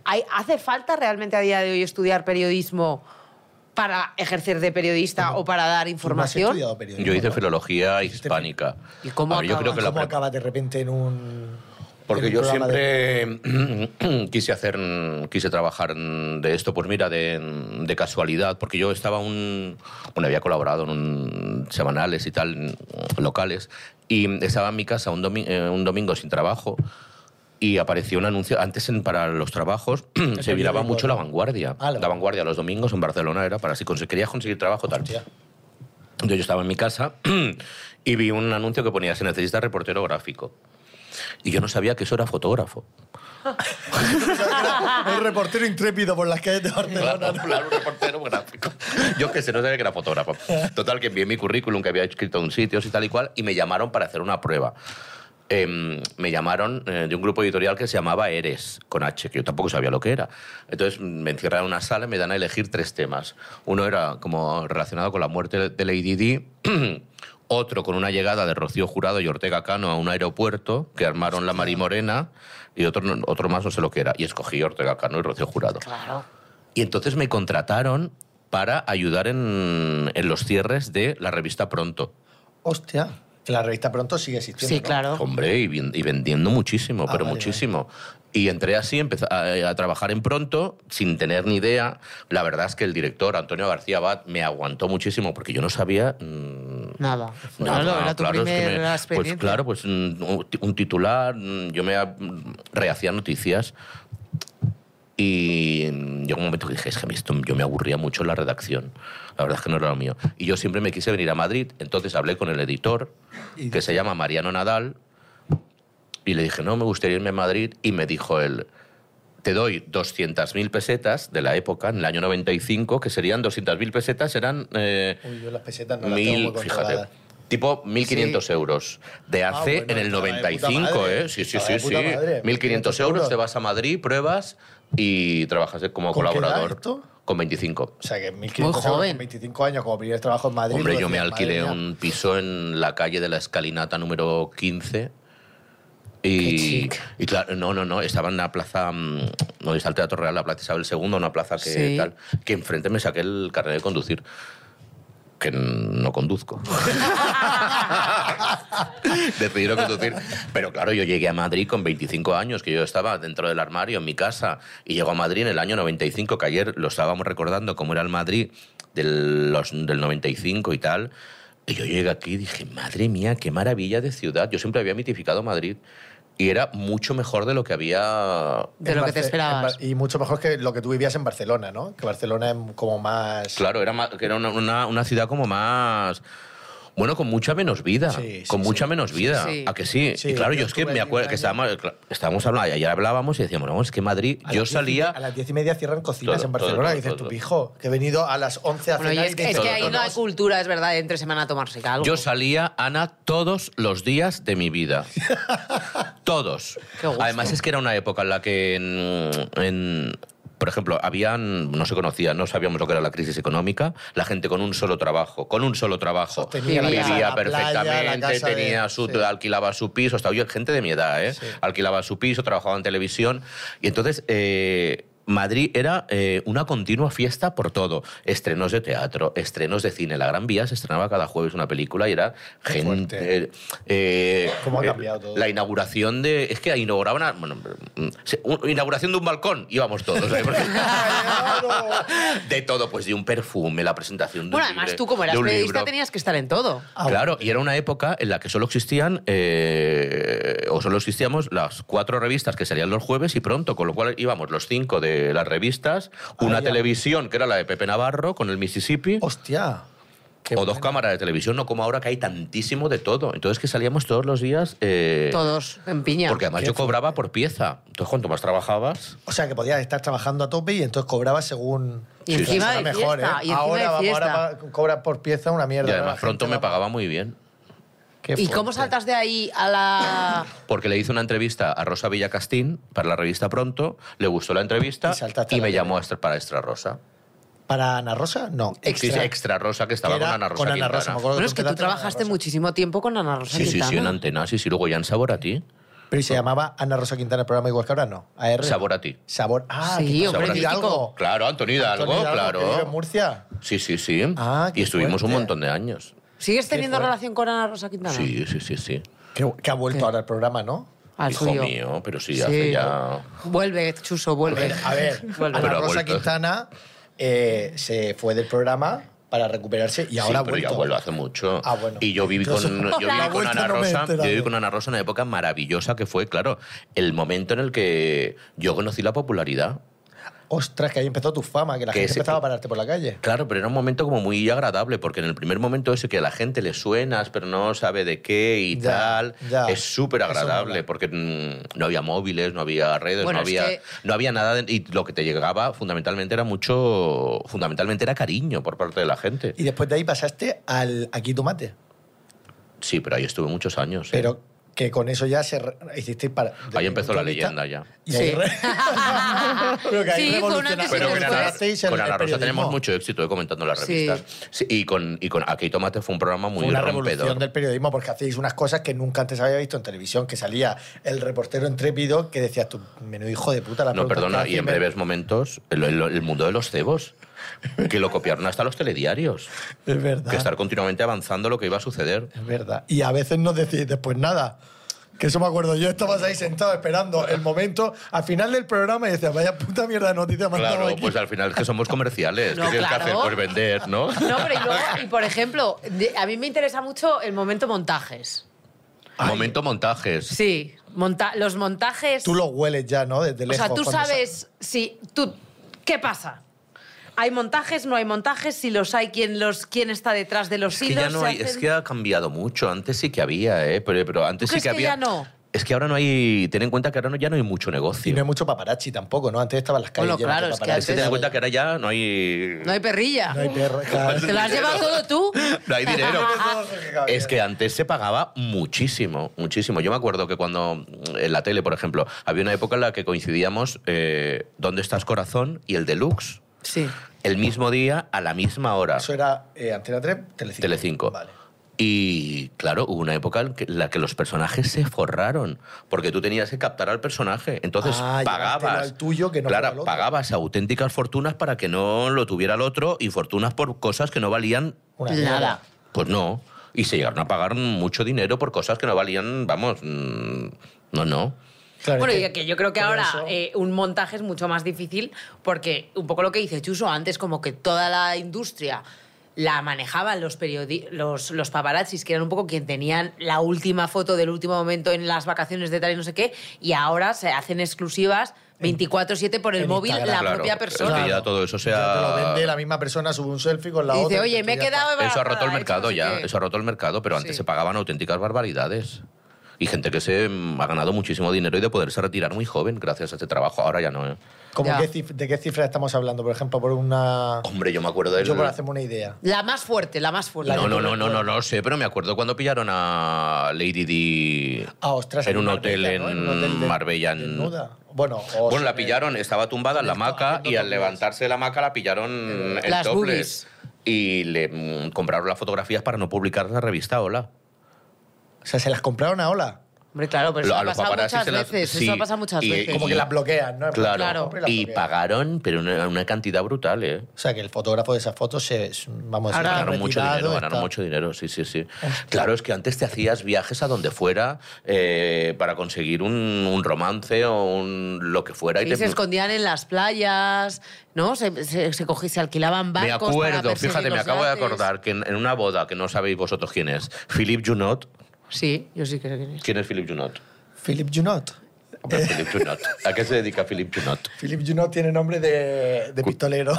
C: hay- ¿Hace falta realmente a día de hoy estudiar periodismo para ejercer de periodista o para dar
B: Tú no has
C: información?
B: estudiado periodismo,
D: Yo hice
B: ¿no?
D: filología hispánica.
C: ¿Y cómo
D: A ver, yo
C: acabas?
D: creo que la
B: ¿Cómo
D: pre-
B: acabas de repente en un...
D: Porque
B: en un
D: yo
B: programa de-
D: siempre quise hacer, quise trabajar de esto, pues mira, de, de casualidad, porque yo estaba un, bueno, había colaborado en un semanales y tal, locales, y estaba en mi casa un, domi- eh, un domingo sin trabajo y apareció un anuncio, antes en- para los trabajos se viraba
B: periódico,
D: mucho la
B: ¿no?
D: vanguardia,
B: Ah, La
D: la,
B: Vanguardia.
D: vanguardia los domingos en Barcelona era para si conse- querías conseguir trabajo tal.
B: Hostia.
D: Entonces yo estaba en mi casa y vi un anuncio que ponía, se necesita reportero gráfico. Y yo no sabía que eso era fotógrafo.
B: Un reportero intrépido por las calles de Barcelona.
D: Claro, claro, un reportero gráfico. Yo que sé, no sabía que era fotógrafo. Total, que envié mi currículum, que había escrito en sitios y tal y cual, y me llamaron para hacer una prueba. Em, me llamaron eh, de un grupo editorial que se llamaba Eres, con H, que yo tampoco sabía lo que era. Entonces mm, me encierran en una sala y me dan a elegir tres temas. Uno era como relacionado con la muerte de Lady Di, otro con una llegada de Rocío Jurado y Ortega Cano a un aeropuerto que armaron la Marimorena, y otro, no- otro más no sé lo que era. Y escogí Ortega Cano y Rocío Jurado.
C: Claro.
D: Y entonces me contrataron para ayudar en, en los cierres de la revista Pronto.
B: Hostia, que la revista pronto sigue existiendo.
C: Sí,
B: ¿no?
C: claro.
D: Hombre, y, vin- y vendiendo muchísimo,
B: Ah,
D: pero
B: vale,
D: muchísimo. Y entré así, empecé a, a trabajar en Pronto, sin tener ni idea. La verdad es que el director, Antonio García Abad, me aguantó muchísimo porque yo no sabía... mm,
C: Nada.
D: nada.
C: Claro, era tu
D: Claro, es que me-
C: primera
D: Pues
C: experiencia.
D: claro, pues mm, un, ti- un titular, mm, yo me mm, rehacía noticias Y mm, llegó un momento que dije, es que a mí esto- yo me aburría mucho en la redacción. La verdad es que no era lo mío. Y yo siempre me quise venir a Madrid, entonces hablé con el editor,
B: Y-
D: que se llama Mariano Nadal, y le dije, no, me gustaría irme a Madrid. Y me dijo él, te doy 200.000 pesetas de la época, en el año 95, que serían 200.000 pesetas, eran... eh,
B: Uy, yo las pesetas no las tengo
D: mil,
B: muy
D: fíjate.
B: controladas.
D: Tipo 1.500 euros. De hace
B: Ah, bueno,
D: en el
B: estaba de puta
D: 95,
B: madre.
D: ¿eh? Sí, sí,
B: Estaba de
D: sí, sí.
B: puta madre.
D: 1.500 euros, te vas a Madrid, pruebas y trabajas como
B: ¿Con qué edad
D: colaborador.
B: esto?
D: Con 25.
B: O sea, que 1500
C: Muy
B: euros
C: joven.
B: con 25 años como primer trabajo en Madrid.
D: Hombre,
B: tú
D: yo me
B: decías,
D: alquilé
B: madre mía.
D: un piso en la calle de la escalinata número 15. Y,
C: chic.
D: y claro, no, no, no, estaba en la plaza, mm, donde está el Teatro Real, la Plaza Isabel II, una plaza que
C: Sí.
D: tal, que enfrente me saqué el carnet de conducir, que no conduzco. Decidieron conducir. Pero claro, yo llegué a Madrid con 25 años, que yo estaba dentro del armario, en mi casa, y llego a Madrid en el año 95, que ayer lo estábamos recordando, cómo era el Madrid del, los- del 95 y tal. Y yo llegué aquí y dije, madre mía, qué maravilla de ciudad. Yo siempre había mitificado Madrid y era mucho mejor de lo que había...
C: De
B: En
C: lo que te
B: Barce-
C: esperabas.
B: en Bar- Y mucho mejor que lo que tú vivías en Barcelona, ¿no? Que Barcelona es como más...
D: Claro, era, ma- que era una, una- una ciudad como más... bueno, con mucha menos vida.
B: Sí, sí,
D: con
B: sí.
D: mucha menos vida.
C: sí.
D: ¿A que sí?
B: Sí,
D: y claro,
B: yo
D: yo es que
B: estuve
D: me
B: allí
D: acuerdo
B: un
D: que
B: año.
D: estábamos, estábamos hablando, ayer hablábamos y decíamos, vamos, es que Madrid,
B: A
D: yo
B: las diez y
D: salía...
B: media- a las diez y media cierran cocinas
D: Todo,
B: en Barcelona.
D: todo,
B: y dices,
D: todo,
B: tu
D: todo.
B: pijo, que he venido a las 11 a
C: Bueno,
B: cenar.
C: y
B: y
C: es,
B: dices,
C: es que ahí
B: "No,
C: no hay cultura, es verdad, de entre semana a tomarse algo.
D: Yo salía, Ana, todos los días de mi vida. todos.
C: Qué gusto.
D: Además, es que era una época en la que, en- en- por ejemplo, habían, no se conocía, no sabíamos lo que era la crisis económica. La gente con un solo trabajo, con un solo trabajo,
B: Sostenía
C: la
D: vivía
C: casa de
B: la playa, la
D: perfectamente,
B: casa de-
D: tenía su,
B: sí.
D: alquilaba su piso, hasta hoy hay gente de mi edad, ¿eh? alquilaba su piso, trabajaba en televisión. Y entonces eh, Madrid era eh, una continua fiesta por todo. Estrenos de teatro, estrenos de cine. La Gran Vía se estrenaba cada jueves una película y era gente...
B: fuerte.
D: eh, eh,
B: ¿Cómo ha
D: eh,
B: cambiado todo?
D: La inauguración de... Es que inauguraban... a- bueno, mm, se- un- inauguración de un balcón, íbamos todos. ¿eh? Porque- de todo, pues de un perfume, la presentación de
C: Bueno,
D: un
C: además
D: libre-
C: tú como
D: de
C: eras
D: un
C: periodista
D: libro.
C: tenías que estar en todo.
B: Ah,
D: Claro, y era una época en la que solo existían eh, o solo existíamos las cuatro revistas que salían los jueves y pronto, con lo cual íbamos los cinco de las revistas, una
B: Ah, ya.
D: televisión que era la de Pepe Navarro con el Mississippi
B: Hostia. qué
D: o dos
B: bueno.
D: cámaras de televisión, no como ahora que hay tantísimo de todo. Entonces que salíamos todos los días eh,
C: Todos, en piña.
D: porque además
B: Qué
D: yo cobraba por pieza. Entonces cuanto más trabajabas,
B: O sea, que podías estar trabajando a tope y entonces cobrabas según...
C: Y
D: Sí,
C: encima
B: Eso
C: de
B: era
C: fiesta, y encima
B: ¿eh? ahora,
C: de
B: vamos,
C: fiesta.
B: ahora va- cobra por pieza una
D: y
B: mierda. ¿no? La
D: además
B: gente
D: pronto me
B: va-
D: pagaba muy bien.
B: Qué
C: ¿Y cómo
B: fuerte.
C: saltas de ahí a la...?
D: porque le hice una entrevista a Rosa Villacastín para la revista Pronto, le gustó la entrevista
B: Y saltaste a
D: y,
B: la
D: me
B: tele.
D: llamó a Extra- para Extra Rosa.
B: ¿Para Ana Rosa? No.
D: Sí, sí, Extra Rosa, que estaba
B: Que
D: con
B: era
D: Ana Rosa.
B: con Ana
D: Quintana.
B: Rosa, me acuerdo.
C: Bueno, es que tú
B: contrataron a Ana
C: trabajaste
B: Rosa.
C: muchísimo tiempo con Ana Rosa
D: Sí, sí, sí, en
C: Quintana.
D: antena, sí, sí, luego ya en Sabor a ti.
B: Pero ¿y se llamaba Ana Rosa Quintana el programa igual que ahora, ¿no? AR.
D: Sabor a ti.
B: Sabor. Ah,
C: Sí,
B: que-
D: hombre,
B: Sabor a ti.
C: mítico.
B: Hidalgo.
D: Claro, Antonio Hidalgo,
B: Oh. Antonio que vive en
D: claro.
B: Murcia.
D: Sí, sí, sí.
B: Ah, qué
D: y estuvimos un
B: fuerte.
D: montón de años.
C: ¿Sigues teniendo
B: fuerte.
C: relación con Ana Rosa Quintana?
D: Sí, sí, sí, sí.
B: Que, que ha vuelto ahora el programa, ¿no?
C: Al
D: Hijo
C: Ah, suyo.
D: mío, pero sí,
C: Sí.
D: hace ya...
C: Vuelve, Chuso, vuelve.
B: A ver,
C: Vuelve.
B: Ana
D: Pero ha
B: Rosa
D: vuelto.
B: Quintana eh, se fue del programa para recuperarse y ahora
D: sí, pero ya
B: ha
D: vuelvo
B: vuelto.
D: hace mucho.
B: Ah, bueno.
D: Y yo viví
B: Yo
D: con,
B: soy-
D: yo viví
B: La
D: con
B: vuelta
D: Ana
B: no me he
D: Rosa. yo
B: enterado.
D: viví con Ana Rosa en una época maravillosa que fue, claro, el momento en el que yo conocí la popularidad.
B: Ostras, que ahí empezó tu fama, que la
D: Que
B: gente
D: ese-
B: empezaba a pararte por la calle.
D: Claro, pero era un momento como muy agradable, porque en el primer momento ese que a la gente le suenas, pero no sabe de qué y
B: Ya,
D: tal,
B: ya.
D: es súper
B: Eso mola.
D: agradable, porque mm, no había móviles, no había redes,
C: Bueno,
D: no,
C: es
D: había,
C: que-
D: no había nada, de- y lo que te llegaba fundamentalmente era mucho, fundamentalmente era cariño por parte de la gente.
B: Y después de ahí pasaste al Aquí Tomate.
D: Sí, pero ahí estuve muchos años. ¿eh?
B: Pero que con eso ya se re- hiciste para.
D: Ahí empezó la
B: de-
D: leyenda ya.
B: Y ahí
C: Sí.
B: re- Pero que ahí
C: Sí, fue un
B: revolucionaste-
C: antes y Sí,
D: Pero con
C: después.
D: Ana,
B: revolucionasteis el-
D: con Ana
B: el
D: Rosa tenemos
B: periodismo.
D: mucho éxito eh, comentando las
C: Sí.
D: revistas. Sí, y con, y con Aquí hay Tomate fue un programa
B: Fue
D: muy
B: una
D: rompedor.
B: revolución del periodismo porque hacéis unas cosas que nunca antes había visto en televisión, que salía el reportero intrépido que decías, tú, menudo hijo de puta la
D: No,
B: pregunta que
D: perdona,
B: hace
D: y en
B: me-
D: breves momentos, el, el- el mundo de los cebos, que lo copiaron hasta los telediarios,
B: Es verdad.
D: que estar continuamente avanzando lo que iba a suceder.
B: Es verdad. Y a veces no decís después nada. Que eso me acuerdo. Yo estabas ahí sentado esperando el momento al final del programa y decías, vaya puta mierda de noticia me han dado
D: Claro,
B: aquí".
D: pues al final es que somos comerciales.
C: No,
D: ¿Qué tienes
C: claro.
D: que hacer? Pues vender, ¿no?
C: No, pero y luego, y por ejemplo, de- a mí me interesa mucho el momento montajes.
D: Momento montajes.
C: Sí, monta- los montajes...
B: Tú lo hueles ya, ¿no? Desde
C: o
B: lejos.
C: sea, tú
B: cuando sa-
C: sabes si... Tú, ¿Qué pasa? ¿Hay montajes? ¿No hay montajes? Si los hay, ¿quién, los, quién está detrás de los
D: Es que
C: hilos?
D: ya no
C: ¿Se
D: hay- es
C: hacen-
D: que ha cambiado mucho. Antes sí que había, ¿eh? Pero, pero antes
C: ¿Tú
D: sí que
C: crees que
D: había.
C: ya no?
D: Es que ahora no hay. Ten en cuenta que ahora no- ya no hay mucho
B: Y
D: negocio.
B: no hay mucho paparazzi tampoco, ¿no? Antes estaban las calles
C: Bueno,
B: llenas de
C: claro, es que
B: paparazzi.
D: Es que ten en
C: antes-
D: cuenta que ahora ya no hay.
C: No hay perrilla.
B: No hay perro. claro.
C: ¿Te lo has llevado todo tú?
D: No hay dinero. Es que antes se pagaba muchísimo, muchísimo. Yo me acuerdo que cuando mm, en la tele, por ejemplo, había una época en la que coincidíamos eh, ¿Dónde estás corazón? y el deluxe.
C: Sí.
D: El mismo día, a la misma hora.
B: Eso era eh, Antena 3, Telecinco.
D: Telecinco.
B: Vale.
D: Y claro, hubo una época en que- en la que los personajes se forraron, porque tú tenías que captar al personaje. Entonces
B: Ah, llevártelo
D: pagabas.
B: al tuyo que no fuera
D: claro,
B: al otro.
D: pagabas auténticas fortunas para que no lo tuviera el otro y fortunas por cosas que no valían
B: Una
C: Nada.
B: mierda.
D: Pues no. Y se llegaron a pagar mucho dinero por cosas que no valían, vamos, mm, no, no.
B: Claro,
C: Bueno,
B: es
C: y que yo creo que
B: todo
C: ahora
B: eso-
C: eh, un montaje es mucho más difícil porque un poco lo que dice Chuso antes, como que toda la industria la manejaban los, periodi- los, los paparazzis, que eran un poco quien tenían la última foto del último momento en las vacaciones de tal y no sé qué, y ahora se hacen exclusivas 24-7 por el
B: en
C: móvil la
B: Instagram.
D: Claro,
C: propia
D: es que
C: persona.
D: ya todo eso
B: Ya te lo
D: sea...
B: vende la misma persona, sube un selfie con la
C: Dice,
B: otra.
C: oye, me he
B: ya está.
C: quedado
D: Eso ha roto el
C: embarazada,
D: mercado
C: no sé
D: ya,
C: qué.
D: eso ha roto el mercado, pero antes
C: Sí.
D: se pagaban auténticas barbaridades. Y gente que se mm, ha ganado muchísimo dinero y de poderse retirar muy joven gracias a este trabajo. Ahora ya no. ¿eh?
B: ¿Cómo
C: Ya.
B: qué cif- ¿De qué cifra estamos hablando? Por ejemplo, por una...
D: Hombre, yo me acuerdo de
B: Yo por hacerme una idea.
C: La más fuerte, la más fuerte.
D: No, no, no, no, no, no sé, pero me acuerdo cuando pillaron a Lady Di.
B: Ah, ostras,
D: En un hotel
B: Marbella,
D: en,
B: ¿no? un hotel de-
D: Marbella. en-
B: desnuda. Bueno, o
D: Bueno,
B: se-
D: la pillaron, estaba tumbada en la
B: Estaba
D: hamaca
B: haciendo
D: y al
B: topless.
D: levantarse de la hamaca la pillaron en
C: Las
D: topless. Y le mm, compraron las fotografías para no publicar en la revista Hola.
B: O sea, se las compraron a Ola.
C: Hombre, claro, pero
D: Lo-
C: eso
D: a
C: ha
D: los
C: pasado
D: paparazzi
C: muchas
D: se las-
C: veces.
D: sí,
C: Eso ha pasado muchas
D: y-
C: veces.
B: Como que las bloquean, ¿no?
D: Claro.
C: Claro.
D: Y pagaron, pero una, una cantidad brutal, ¿eh?
B: O sea, que el fotógrafo de esas fotos se... Vamos,
C: Ahora-
B: está
D: Ganaron mucho
B: retirado,
D: dinero, ganaron
B: está-
D: mucho dinero, sí, sí, sí.
B: Ah.
D: Claro, es que antes te hacías viajes a donde fuera eh, para conseguir un, un romance o un lo que fuera.
C: Y
D: te-
C: se escondían en las playas, ¿no? Se, se, se cogí- se alquilaban
D: me
C: barcos. para
D: acuerdo,
C: perseguir
D: fíjate, me
C: los
D: acabo de
C: yates.
D: acordar que en, en una boda que no sabéis vosotros quién es, Philippe Junot.
C: Sí, yo sí que sé quién es.
D: ¿Quién es Philippe Junot?
B: Philip Junot.
D: Hombre, Philippe Junot. ¿A qué se dedica Philippe Junot?
B: Philip Junot tiene nombre de, de pistolero.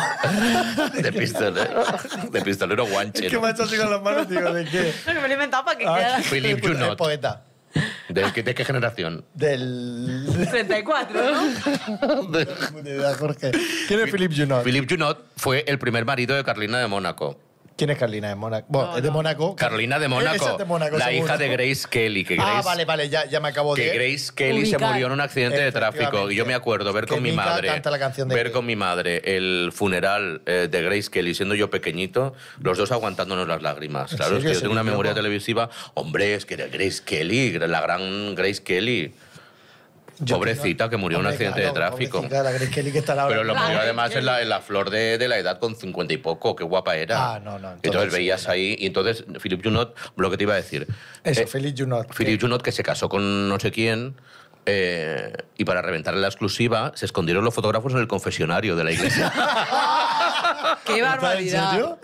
D: De pistolero, de pistolero guanche.
B: ¿Qué me ha hecho así con las manos, tío? ¿De qué?
C: me lo he inventado para que
B: Ah,
D: Philip
B: es
D: Junot.
B: poeta.
D: ¿De, qué- de qué generación?
B: Del...
C: 34, ¿no?
D: De-
B: de edad, Jorge. ¿Quién es Philip Junot?
D: Philippe Junot fue el primer marido de Carolina de Mónaco.
B: ¿Quién es Carolina de Mónaco? Bueno, es de Mónaco.
D: Carolina de
B: Esa
D: Mónaco,
B: es de Mónaco,
D: la
B: seguro.
D: hija de Grace Kelly, que Grace,
B: Ah, vale, vale, ya, ya me acabo
D: que
B: de...
D: Grace Kelly se
C: Ubicar.
D: murió en un accidente de tráfico.
B: Efectivamente.
D: Y yo me acuerdo ver
B: Que
D: con mi
B: Mika
D: madre,
B: canta la canción de
D: ver
B: Grace.
D: con mi madre el funeral eh, de Grace Kelly, siendo yo pequeñito, los dos aguantándonos las lágrimas.
B: ¿En
D: Claro, es
B: serio?
D: que yo
B: ¿Se
D: tengo una
B: murió?
D: memoria televisiva. Hombre, es que era Grace Kelly, la gran Grace Kelly.
B: Yo
D: Pobrecita, que murió en un
B: Hombre,
D: accidente de
B: claro,
D: tráfico.
B: pobrecita, la Grace Kelly que está ahora-
D: Pero lo
C: Claro,
D: murió
C: es
D: además
C: que-
D: en la, en la flor de, de la edad con 50 y poco, qué guapa era.
B: Ah, no, no,
D: Entonces,
B: entonces sí,
D: veías ahí, y entonces Philip Junot, lo que te iba a decir.
B: Eso,
D: Eh,
B: Philip Junot.
D: Philip Junot, que se casó con no sé quién, eh, y para reventar la exclusiva, se escondieron los fotógrafos en el confesionario de la iglesia.
C: ¡Qué
B: ¿En
C: barbaridad!
B: serio?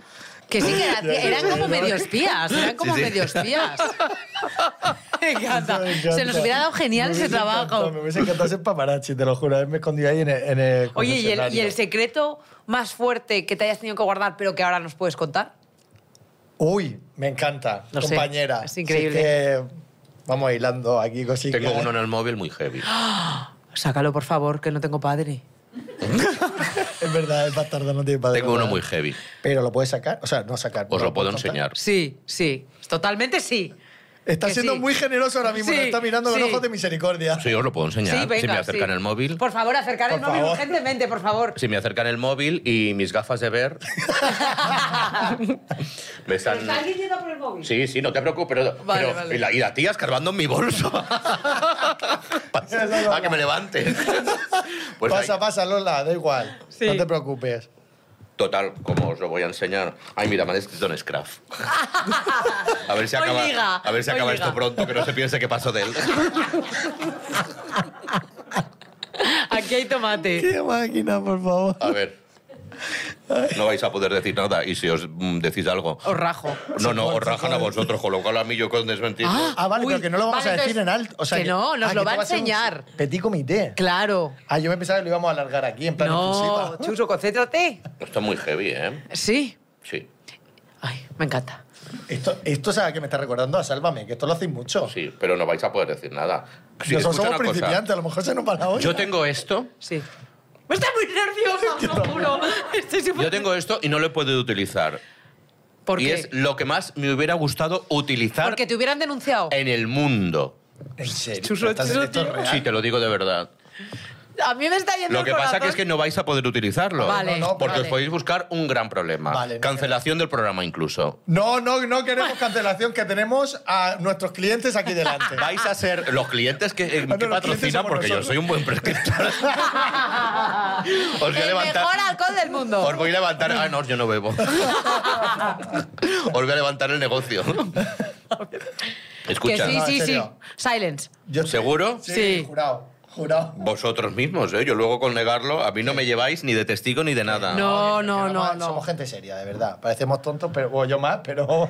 C: Que sí, que era-
B: Ya, ya,
C: eran
B: ya,
C: como
B: ya.
C: medio espías, eran como
D: Sí, sí.
C: medio espías. Me encanta.
B: Me encanta.
C: Se nos hubiera dado genial
B: Me
C: ese
B: hubiese encantado,
C: trabajo.
B: Me hubiese encantado ser paparazzi, te lo juro. Me escondí ahí en el, en el
C: Oye, ¿y el, y el
B: concesionario.
C: secreto más fuerte que te hayas tenido que guardar, pero que ahora nos puedes contar?
B: Uy, me encanta,
C: Lo sé,
B: compañera.
C: es
B: Sí
C: increíble.
B: que vamos hilando aquí cositas.
D: Tengo uno en el móvil muy heavy.
C: Ah, Sácalo, por favor, que no tengo padre.
B: Es verdad, el bastardo no tiene padre.
D: Tengo uno
B: ¿verdad?
D: muy heavy.
B: Pero lo puedes sacar, o sea, no sacar.
D: Os
B: no
D: lo puedo
B: contar.
D: enseñar.
C: Sí, sí. Totalmente sí.
B: Está
C: Que
B: siendo
C: sí.
B: muy generoso ahora mismo,
C: Sí,
B: nos está mirando
C: sí.
B: con ojos de misericordia.
D: Sí, os lo puedo enseñar.
C: sí, venga.
D: si me acercan
C: sí.
D: el móvil.
C: Por favor, acercar el
B: Por
C: móvil
B: favor.
C: urgentemente, por favor.
D: Si me acercan el móvil y mis gafas de ver. me están.
C: yendo por el móvil?
D: Sí, sí, no te preocupes. Pero,
C: Vale,
D: pero-
C: vale.
D: Y, la, y la tía escarbando en mi bolso. a que me levante. Pues ahí-
B: pasa, pasa, Lola, da igual.
C: Sí.
B: No te preocupes.
D: total, como os lo voy a enseñar. Ay, mira, me han escrito en Scraft. A ver si
C: Hoy
D: acaba,
C: liga,
D: a ver si
C: hoy
D: acaba
C: liga.
D: esto pronto, que no se piense que pasó de él.
C: Aquí hay tomate.
B: Qué máquina, por favor.
D: A ver. No vais a poder decir nada y si os mm, decís algo.
C: Os rajo.
D: No, no, os rajan a vosotros, con lo cual a mí yo con desmentir.
B: Ah, vale,
C: Uy,
B: pero que no lo vamos
C: vale,
B: a decir
C: entonces-
B: en alto. O sea,
C: que no, nos
B: ah,
C: lo
B: que
C: va
B: esto
C: a
B: ser un
C: enseñar.
B: Petit comité.
C: Claro.
B: Ah, yo me pensaba que lo íbamos a alargar aquí, en plan
C: No,
B: exclusiva.
C: Chuso, concéntrate.
D: Está muy heavy, ¿eh?
C: Sí.
D: Sí,
C: Ay, me encanta.
B: Esto, esto ¿sabes qué me está recordando? A Sálvame, que esto lo hacéis mucho.
D: sí, pero no vais a poder decir nada.
B: Nosotros
D: Sí, escucha
B: somos
D: una cosa.
B: principiantes, a lo mejor se nos va la olla.
D: Yo tengo esto,
C: Sí. Me está muy nerviosa, os lo juro. Estoy súper-
D: yo tengo esto y no lo he podido utilizar.
C: ¿Por
D: y
C: qué?
D: es lo que más me hubiera gustado utilizar
C: Porque te hubieran denunciado.
D: en el mundo.
B: En serio.
C: Chuso,
B: ¿Estás en
C: chuso,
B: esto
C: tío.
B: real?
D: Sí, te lo digo de verdad.
C: A mí me está yendo
D: Lo
C: el
D: que pasa
C: corazón. Ah,
D: que es que no vais a poder utilizarlo.
C: Vale,
B: No, no,
D: Porque os
C: vale.
D: podéis buscar un gran problema.
B: Vale, no
D: Cancelación del programa incluso.
B: No, no, no queremos cancelación, que tenemos a nuestros clientes aquí delante.
D: Vais a ser los clientes que, eh,
B: Ah, no, los
D: que
B: clientes
D: patrocinan
B: somos
D: porque yo
B: nosotros.
D: soy un buen prescriptor. os voy a
C: El
D: levantar.
C: mejor alcohol del mundo.
D: Os voy a levantar. Ah, no, yo no bebo. os voy a levantar el negocio.
C: Que
D: Escucha,
C: sí,
B: No, en
C: sí, sí.
B: serio.
C: Silence.
B: Yo-
D: ¿seguro?
B: Sí,
C: Sí.
B: jurado, jurado.
D: Vosotros mismos, ¿eh? Yo luego con negarlo, a mí no me lleváis ni de testigo ni de nada.
C: No, no,
B: Que
C: no,
B: somos-
C: no.
B: Somos gente seria, de verdad. Parecemos tontos, pero o yo más, pero...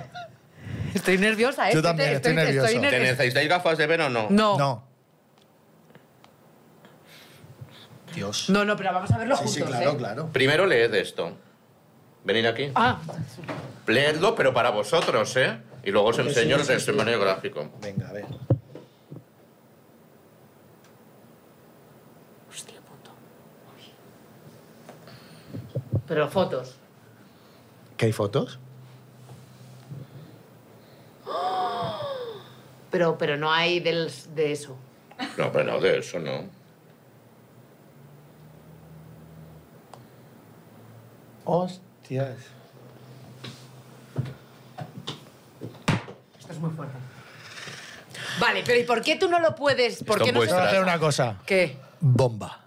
C: Estoy nerviosa, ¿eh?
B: Yo también estoy nervioso.
D: ¿Te
C: ner-
D: necesitáis gafas de ver o no?
C: No.
B: No. Dios.
C: No, no, pero vamos a verlo
B: Sí,
C: juntos.
B: sí, claro,
C: ¿eh?
B: claro.
D: Primero leed esto. Venid aquí.
C: Ah,
D: Leedlo, pero para vosotros, ¿eh? Y luego os
B: Sí,
D: enseño
B: sí,
D: el
B: sí,
D: testimonio
B: sí.
D: gráfico.
B: Venga, a ver.
C: hostia, puto. Pero fotos.
B: ¿Que hay fotos?
C: Pero, pero no hay del, de eso.
D: No, pero no, de eso no.
B: Hostias.
C: Esto es muy fuerte. Vale, pero ¿y por qué tú no lo puedes? ¿Por
D: Esto
C: qué no
D: puede
B: Vamos a
D: estar-
B: hacer una cosa.
C: ¿Qué?
B: Bomba.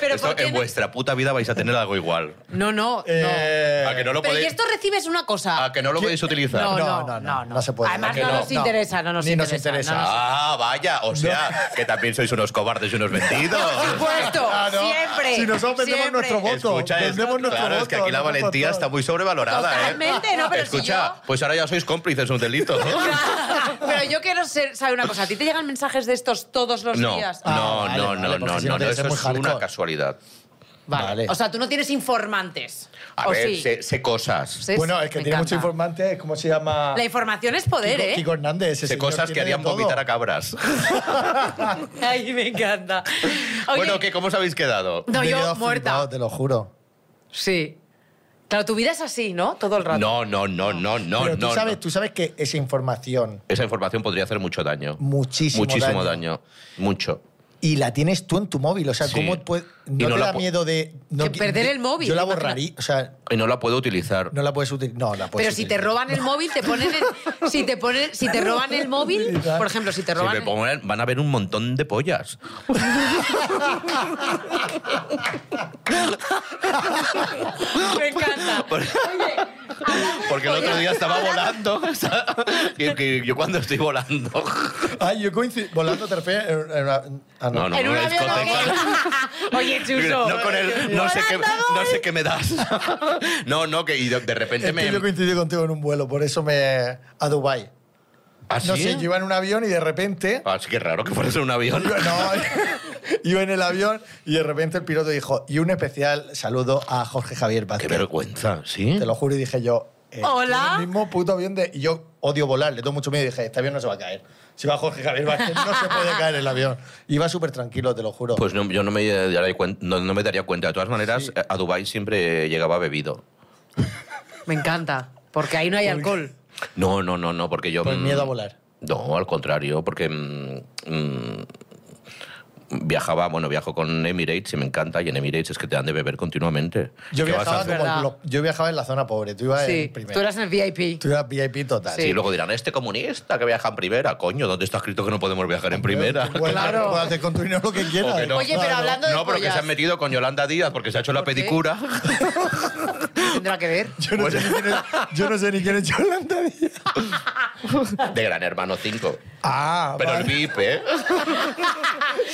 C: Pero
D: Esto
C: ¿por qué
D: en
C: no?
D: vuestra puta vida vais a tener algo igual.
C: No, no, no.
B: Eh,
D: a que no lo
C: pero ¿y
D: podéis,
C: esto recibes una cosa?
D: a que no lo podéis utilizar.
C: No, no, no,
B: no,
C: no,
B: no, no se puede.
C: Además,
D: Que
C: no,
D: no.
C: nos interesa, no nos
B: Ni nos
C: interesa.
B: interesa.
C: no nos-
D: Ah, vaya, o sea, que también sois unos cobardes y unos vendidos.
C: Por supuesto,
B: Claro.
C: siempre.
B: Si nosotros vendemos
C: siempre.
B: nuestro voto.
D: Escucha, es,
B: Vendemos nuestro
D: claro, es que
B: voto,
D: aquí la
B: no nos
D: valentía
B: votó.
D: está muy sobrevalorada,
C: Totalmente,
D: ¿eh?
C: no, pero si
D: Escucha,
C: yo-
D: pues ahora ya sois cómplices de un delito, ¿no?
C: Pero yo quiero ser, saber una cosa. ¿A ti te llegan mensajes de estos todos los
D: No,
C: días?
B: Ah,
D: no,
B: vale,
D: no,
B: vale,
D: no,
B: porque
D: no,
B: si
D: no,
B: no
D: no,
B: tiene que ser
D: eso
B: muy
D: es una
B: hardcore.
D: casualidad.
C: Vale.
B: Vale.
C: O sea, tú no tienes informantes.
D: A
C: ¿o
D: ver,
C: sí?
D: sé, sé cosas.
C: ¿Ses?
B: Bueno, es que
C: Me
B: tiene
C: encanta.
B: mucho informante, ¿cómo se llama?
C: La información es poder,
B: Kiko, Kiko
C: ¿eh?
B: Hernández. ese
D: Sé
B: señor
D: cosas que
B: tiene de
D: harían
B: todo.
D: vomitar a cabras.
C: Ay, me encanta. Oye,
D: Bueno, ¿qué, ¿cómo os habéis quedado?
C: No,
B: Me he
C: yo
B: quedado flipado,
C: muerta.
B: te lo juro.
C: Sí. Claro, tu vida es así, ¿no? Todo el rato.
D: No, no, no, no, no,
B: Pero
D: no,
B: tú sabes,
D: no.
B: tú sabes que esa información,
D: Esa información podría hacer mucho daño.
B: Muchísimo
D: Muchísimo
B: daño.
D: daño. Mucho.
B: y la tienes tú en tu móvil, o sea,
D: Sí.
B: ¿cómo puede,
D: Y
B: no,
D: no
B: te
D: la
B: da
D: pu-
B: miedo de no
C: Que
B: qui-
C: perder el móvil,
B: Yo la
C: imagina.
B: borraría, o sea,
D: Y no la puedo utilizar.
B: no la puedes utilizar, no
D: pues
B: la puedes
C: Pero si te
B: utilizar.
C: roban el móvil, te ponen el- si te ponen, si te roban el móvil, por ejemplo, si te
D: Si
C: roban
D: me
C: el-
D: pongo en- van a ver un montón de pollas.
C: Me encanta.
D: Por-
C: Oye, hablando de
D: Porque el otro
C: pollas,
D: día estaba volando. Y que yo cuando estoy volando.
B: Ay, yo coincido. Volando te refieres. en- en una- ah, no.
D: No, no,
C: En
D: en
C: un
D: una
C: avión,
D: discoteca.
C: ¿o qué? Oye, Chuso.
D: No, con el, no, sé qué, no sé qué me das. No, no, que y de, de repente
B: Es que
D: me.
B: yo coincidí contigo en un vuelo, por eso me. a Dubai.
D: ¿Ah,
B: No
D: sí?
B: sé, yo iba en un avión y de repente.
D: Ah, sí, qué raro que fueras en un avión.
B: Iba- no, iba en el avión y de repente el piloto dijo. Y un especial saludo a Jorge Javier
D: Qué
B: Vázquez.
D: vergüenza, ¿sí?
B: Te lo juro, y dije yo. eh,
C: Hola.
B: El mismo puto avión de. Y yo odio volar, le tengo mucho miedo y dije, este avión no se va a caer. Si va Jorge Javier Vázquez, no se puede caer el avión. Iba súper tranquilo, te lo juro.
D: Pues no, yo no me, daría cuenta, no, no me daría cuenta. De todas maneras, a Dubái siempre llegaba bebido.
C: Me encanta, porque ahí no hay alcohol.
D: pues, No, no, no, no, porque yo...
B: Por
D: mm,
B: Pues miedo a volar.
D: No, al contrario, porque mm, mm, viajaba, bueno, viajo con Emirates y me encanta, y en Emirates es que te dan de beber continuamente.
B: Yo
D: ¿Qué vas a
B: viajaba,
D: hacer?
B: como
C: verdad.
B: lo- yo viajaba en la zona pobre, tú ibas
C: Sí,
B: en primera.
C: tú eras en el VIP.
B: Tú eras VIP total.
D: Sí, luego dirán, este comunista que viaja en primera, coño, ¿dónde está escrito que no podemos viajar en primera?
B: Bueno,
C: Claro.
B: Puedes hacer con tu dinero lo que
D: O que
B: quieras.
D: no.
C: Oye, pero hablando de
D: No, pero que
C: pollas.
D: se han metido con Yolanda Díaz porque se ha hecho la
C: ¿Por qué?
D: pedicura.
C: Tendrá que ver.
B: Yo no, sé ni quién es, yo no sé ni quién es Yolanda Díaz.
D: De Gran Hermano 5.
B: Ah,
D: Pero el
B: vale.
D: VIP, ¿eh?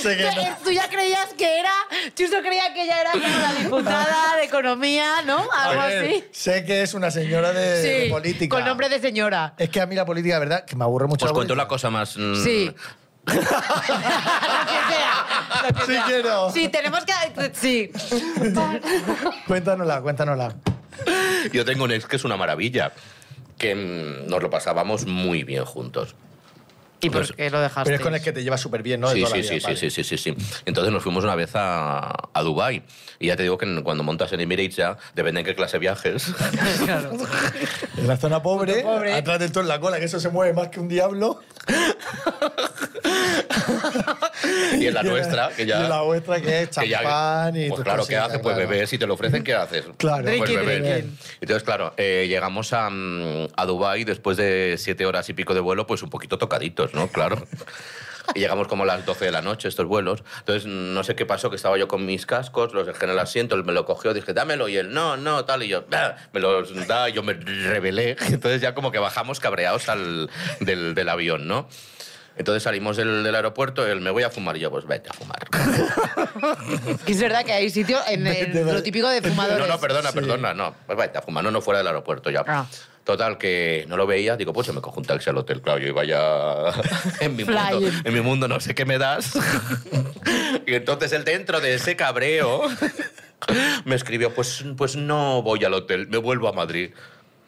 B: Sé que no.
C: Tú ya creías que era. Chuso creía que ella era como la diputada de economía, ¿no? Algo
B: A ver,
C: así.
B: Sé que es una señora de, de
C: Sí,
B: política.
C: Con nombre de señora.
B: Es que a mí la política, la verdad, que me aburre mucho.
D: Os Pues cuento la cosa más... mm,
C: Sí. lo que sea. lo que
B: Sí
C: sea.
B: quiero.
C: Sí, tenemos que. Sí.
B: cosa. Cuéntanosla, cuéntanosla.
D: Yo tengo un ex que es una maravilla, que mm, nos lo pasábamos muy bien juntos.
C: ¿Y
D: por
C: por qué lo dejaste?
B: Pero es con el que te llevas súper bien, ¿no? De
D: sí,
B: toda la
D: sí,
B: vida,
D: sí, sí,
B: vale.
D: sí, sí, sí, sí. Entonces nos fuimos una vez a, a Dubái. Y ya te digo que cuando montas en Emirates ya, depende en qué clase viajes.
B: En la zona pobre,
C: Zona pobre.
B: atrás del todo en la cola, que eso se mueve más que un diablo.
D: y en la nuestra, que ya...
B: Y en la vuestra, que es
D: que ya-
B: champán y
D: Pues
B: tus
D: claro, ¿qué
B: cositas,
D: haces? Pues
B: claro.
D: beber. Si te lo ofrecen, ¿qué haces?
B: Claro.
D: Pues
C: Drinking,
D: beber.
C: drinking.
D: Entonces, claro, eh, llegamos a, mm, a Dubái después de siete horas y pico de vuelo, pues un poquito tocaditos, ¿no? Claro. Y llegamos como a las 12 de la noche, estos vuelos. Entonces, no sé qué pasó, que estaba yo con mis cascos, los dejé en el asiento, él me lo cogió, dije, dámelo, y él, no, no, tal, y yo, "Ah", me los da, y yo me rebelé. Entonces, ya como que bajamos cabreados al, del, del avión, ¿no? Entonces salimos del, del aeropuerto, él, me voy a fumar, y yo, pues vete a fumar.
C: Que es verdad que hay sitios en, en
B: De- de-
C: lo típico de fumadores.
D: No, no, perdona,
B: Sí.
D: perdona, no. Pues vete a fumar, no, no fuera del aeropuerto ya.
C: Ah.
D: Total, que no lo veía, digo, pues yo me cojo un taxi al hotel, claro, yo iba ya en mi mundo,
C: Flying.
D: en mi mundo no sé qué me das. y entonces él dentro de ese cabreo me escribió, pues, pues no voy al hotel, me vuelvo a Madrid.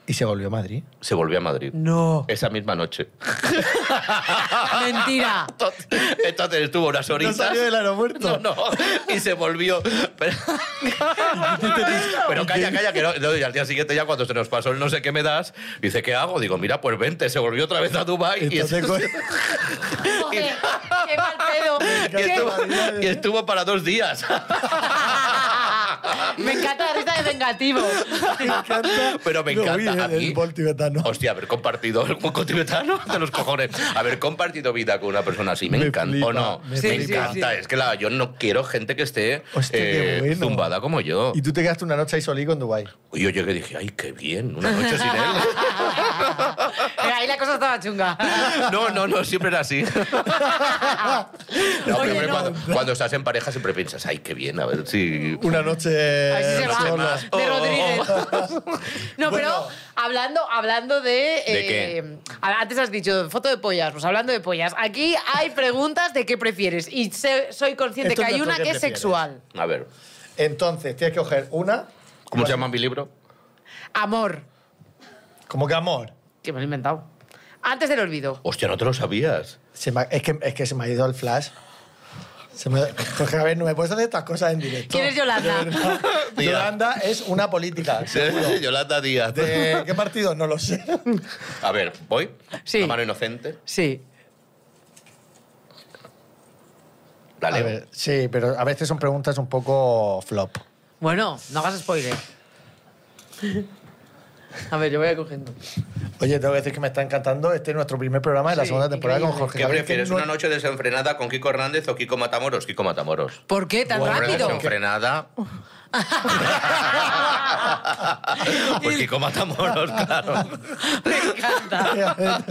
B: Y se volvió a Madrid.
D: Se volvió a Madrid.
C: No. Ah.
D: Esa misma noche.
C: Mentira.
D: Entonces, entonces estuvo unas horitas.
B: aeropuerto.
D: No, no. Y se volvió. Pero, Pero calla, calla, que no, no, y al día siguiente ya cuando se nos pasó el no sé qué me das, dice, ¿qué hago? Digo, mira, pues vente, se volvió otra vez a Dubái.
B: Entonces, pues,
D: y,
B: coge-
C: Joder, qué mal pedo.
D: y estuvo, y estuvo para dos días.
C: Me encanta la risa de vengativo.
D: Pero me
B: No,
D: encanta. Oh,
B: oye,
D: a mí-
B: el bol tibetano.
D: Hostia, haber compartido el moco tibetano de los cojones. Haber compartido vida con una persona así, me,
B: Me
D: encanta.
B: flipa,
D: o no,
B: me
D: me,
C: flipa. Sí, sí,
D: encanta.
C: sí.
D: Es que la, yo no quiero gente que esté
B: Hostia, qué
D: eh,
B: bueno.
D: zumbada como yo.
B: Y tú te quedaste una noche ahí solico en Dubái.
D: Y yo llegué y dije, ay, qué bien, una noche sin él.
C: Pero ahí la cosa estaba chunga.
D: No, no, no, siempre era así. No,
C: Oye,
D: pero
C: no.
D: Cuando, cuando estás en pareja siempre piensas, ay, qué bien, a ver si...
B: Una noche
C: Así se
D: no
C: va.
D: sé
B: sola.
D: más.
C: De
D: Oh,
C: Rodríguez. No, pero
B: Bueno.
C: hablando, hablando de.
D: ¿De
C: eh, a- Antes has dicho foto de pollas. Pues hablando de pollas. Aquí hay preguntas de qué prefieres. Y sé- soy consciente
B: Esto
C: que
B: es
C: hay
B: nuestro qué
C: una que es
B: prefieres.
C: sexual.
D: A ver,
B: Entonces, tienes que coger una.
D: ¿cómo se llama mi libro?
C: Amor.
B: Como que amor.
C: Que me lo he inventado. Antes del olvido.
D: Hostia, no te lo sabías.
B: Se me ha- es, que, es que se me ha ido el flash. Se me, Jorge, a ver, no me puedes hacer estas cosas en directo.
C: ¿Quién es Yolanda?
D: Tía.
B: Yolanda es una política. seguro.
D: Yolanda Díaz.
B: ¿De qué partido? No lo sé.
D: A ver, ¿voy?
C: Sí.
D: La mano inocente.
C: Sí.
D: La
B: A
D: leo.
B: ver, sí, pero a veces son preguntas un poco flop.
C: Bueno, no hagas spoiler. A ver, yo voy a ir cogiendo.
B: Oye, tengo que decir que me está encantando. Este es nuestro primer programa de la
C: Sí,
B: segunda temporada
C: increíble.
B: con Jorge.
D: ¿Qué
B: Javier, que
D: prefieres,
B: no-
D: una noche desenfrenada con Kiko Hernández o Kiko Matamoros? Kiko Matamoros.
C: ¿Por qué tan
B: Bueno,
D: Una
C: rápido?
D: desenfrenada... pues Kiko Matamoros, claro.
C: Me encanta.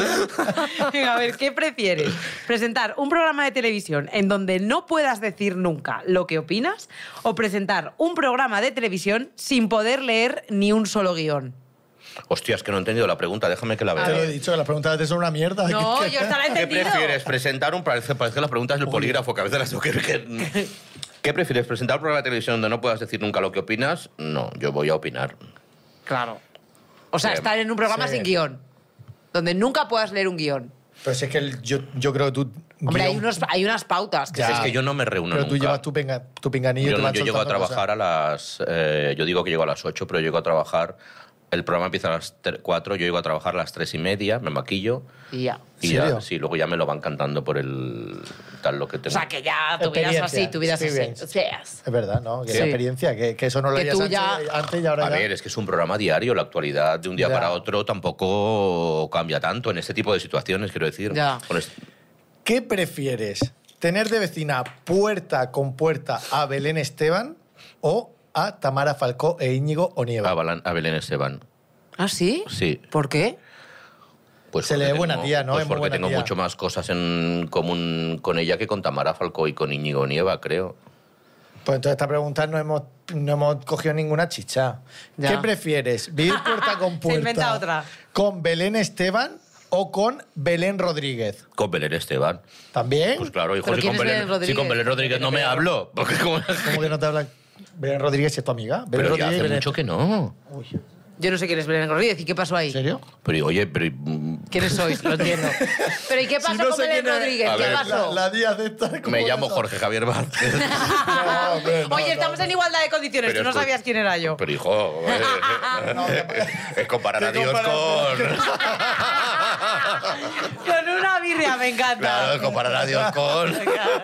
C: Venga, a ver, ¿qué prefieres? ¿Presentar un programa de televisión en donde no puedas decir nunca lo que opinas o presentar un programa de televisión sin poder leer ni un solo guión?
D: Hostia, es que no he entendido la pregunta, déjame que la
B: Te lo he
D: vea.
B: dicho, que las preguntas de veces son una mierda.
C: No, yo
B: estaba...
C: estará
D: ¿Qué
C: entendido.
D: prefieres, presentar un... Parece, parece que las preguntas del polígrafo, que a veces las tengo que... que- ¿Qué prefieres, presentar un programa de televisión donde no puedas decir nunca lo que opinas? No, yo voy a opinar.
C: Claro. O sea,
D: Bien.
C: estar en un programa
B: Sí.
C: sin guión, donde nunca puedas leer un guión.
B: Pero si es que el- yo, yo creo que tú...
C: Hombre, hay,
B: guión-
C: unos, hay unas pautas. que
B: Ya.
D: Es que yo no me reúno
B: Pero tú
D: nunca.
B: llevas tu, pinga- tu pinganillo y
D: Yo,
B: te
D: no-
B: vas
D: yo llego a
B: soltando
D: trabajar a las... eh, yo digo que llego a las 8, pero llego a trabajar... El programa empieza a las 4, yo llego a trabajar a las 3 y media, me maquillo
C: se- y ya.
D: y
B: ¿En
D: ya,
B: serio?
D: sí, luego ya me lo van cantando por el tal lo que tengo.
C: O sea, que ya tuvieras
B: Experiencia,
C: así, tuvieras así.
B: experience.
C: O sea, es-
B: Es verdad, ¿no? Que
C: Sí.
B: la experiencia, que, que eso no lo
C: Que
B: habías
C: tú
B: hecho
C: ya-
B: antes y ahora
D: A
B: ya...
D: ver, es que es un programa diario, la actualidad de un día
B: Ya.
D: para otro tampoco cambia tanto en este tipo de situaciones, quiero decir.
C: Ya.
D: Con este-
B: ¿Qué prefieres? ¿Tener de vecina puerta con puerta a Belén Esteban o a Tamara Falcó e Íñigo Onieva?
D: a, Balan- a Belén Esteban,
C: ¿Ah, sí?
D: sí.
C: ¿Por qué?
D: Pues
B: Se le
D: porque
B: ve buena
D: tengo-
B: tía, ¿no?
D: Pues
B: Es muy
D: porque
B: buena
D: tengo
B: tía.
D: mucho más cosas en común con ella que con Tamara Falcó y con Íñigo Nieva, creo.
B: Pues entonces esta pregunta no hemos, no hemos cogido ninguna chicha.
C: Ya.
B: ¿Qué prefieres? ¿Vivir puerta con
C: Se
B: puerta?
C: inventa otra.
B: ¿Con Belén Esteban o con Belén Rodríguez?
D: Con Belén Esteban.
B: ¿También?
D: Pues claro, hijo,
C: ¿Pero
D: si
C: quién
D: con,
C: es Belén
D: Belén, si
C: Rodríguez?
D: con Belén Rodríguez no me hablo. Porque como...
B: ¿Cómo que no te hablan? Belén Rodríguez es tu amiga. Belén
D: Pero ya
B: Rodríguez y
D: hace
B: Belén-
D: mucho que no.
B: Uy,
C: Yo no sé quién es Belén Rodríguez y qué pasó ahí.
B: ¿En serio?
D: Pero digo, oye, pero... mm,
C: ¿Quiénes sois? Lo entiendo. Pero ¿y qué pasó
B: Si no
C: con
B: sé
C: Belén
B: quién es-
C: Rodríguez?
D: A
C: ¿Qué
D: ver,
C: pasó?
B: La, la Díaz esta, ¿cómo
D: Me
B: es
D: llamo
B: eso?
D: Jorge Javier Vázquez.
B: No, hombre, no,
C: Oye,
B: no,
C: estamos
B: no.
C: en igualdad de condiciones.
D: Pero
C: Tú no
D: esto-
C: sabías quién era yo.
D: Pero hijo, eh,
B: No,
D: eh, es comparar a
B: ¿Qué
D: Dios
B: comparación?
D: con...
C: Con una birria, me encanta.
D: Claro, es comparar a Dios con...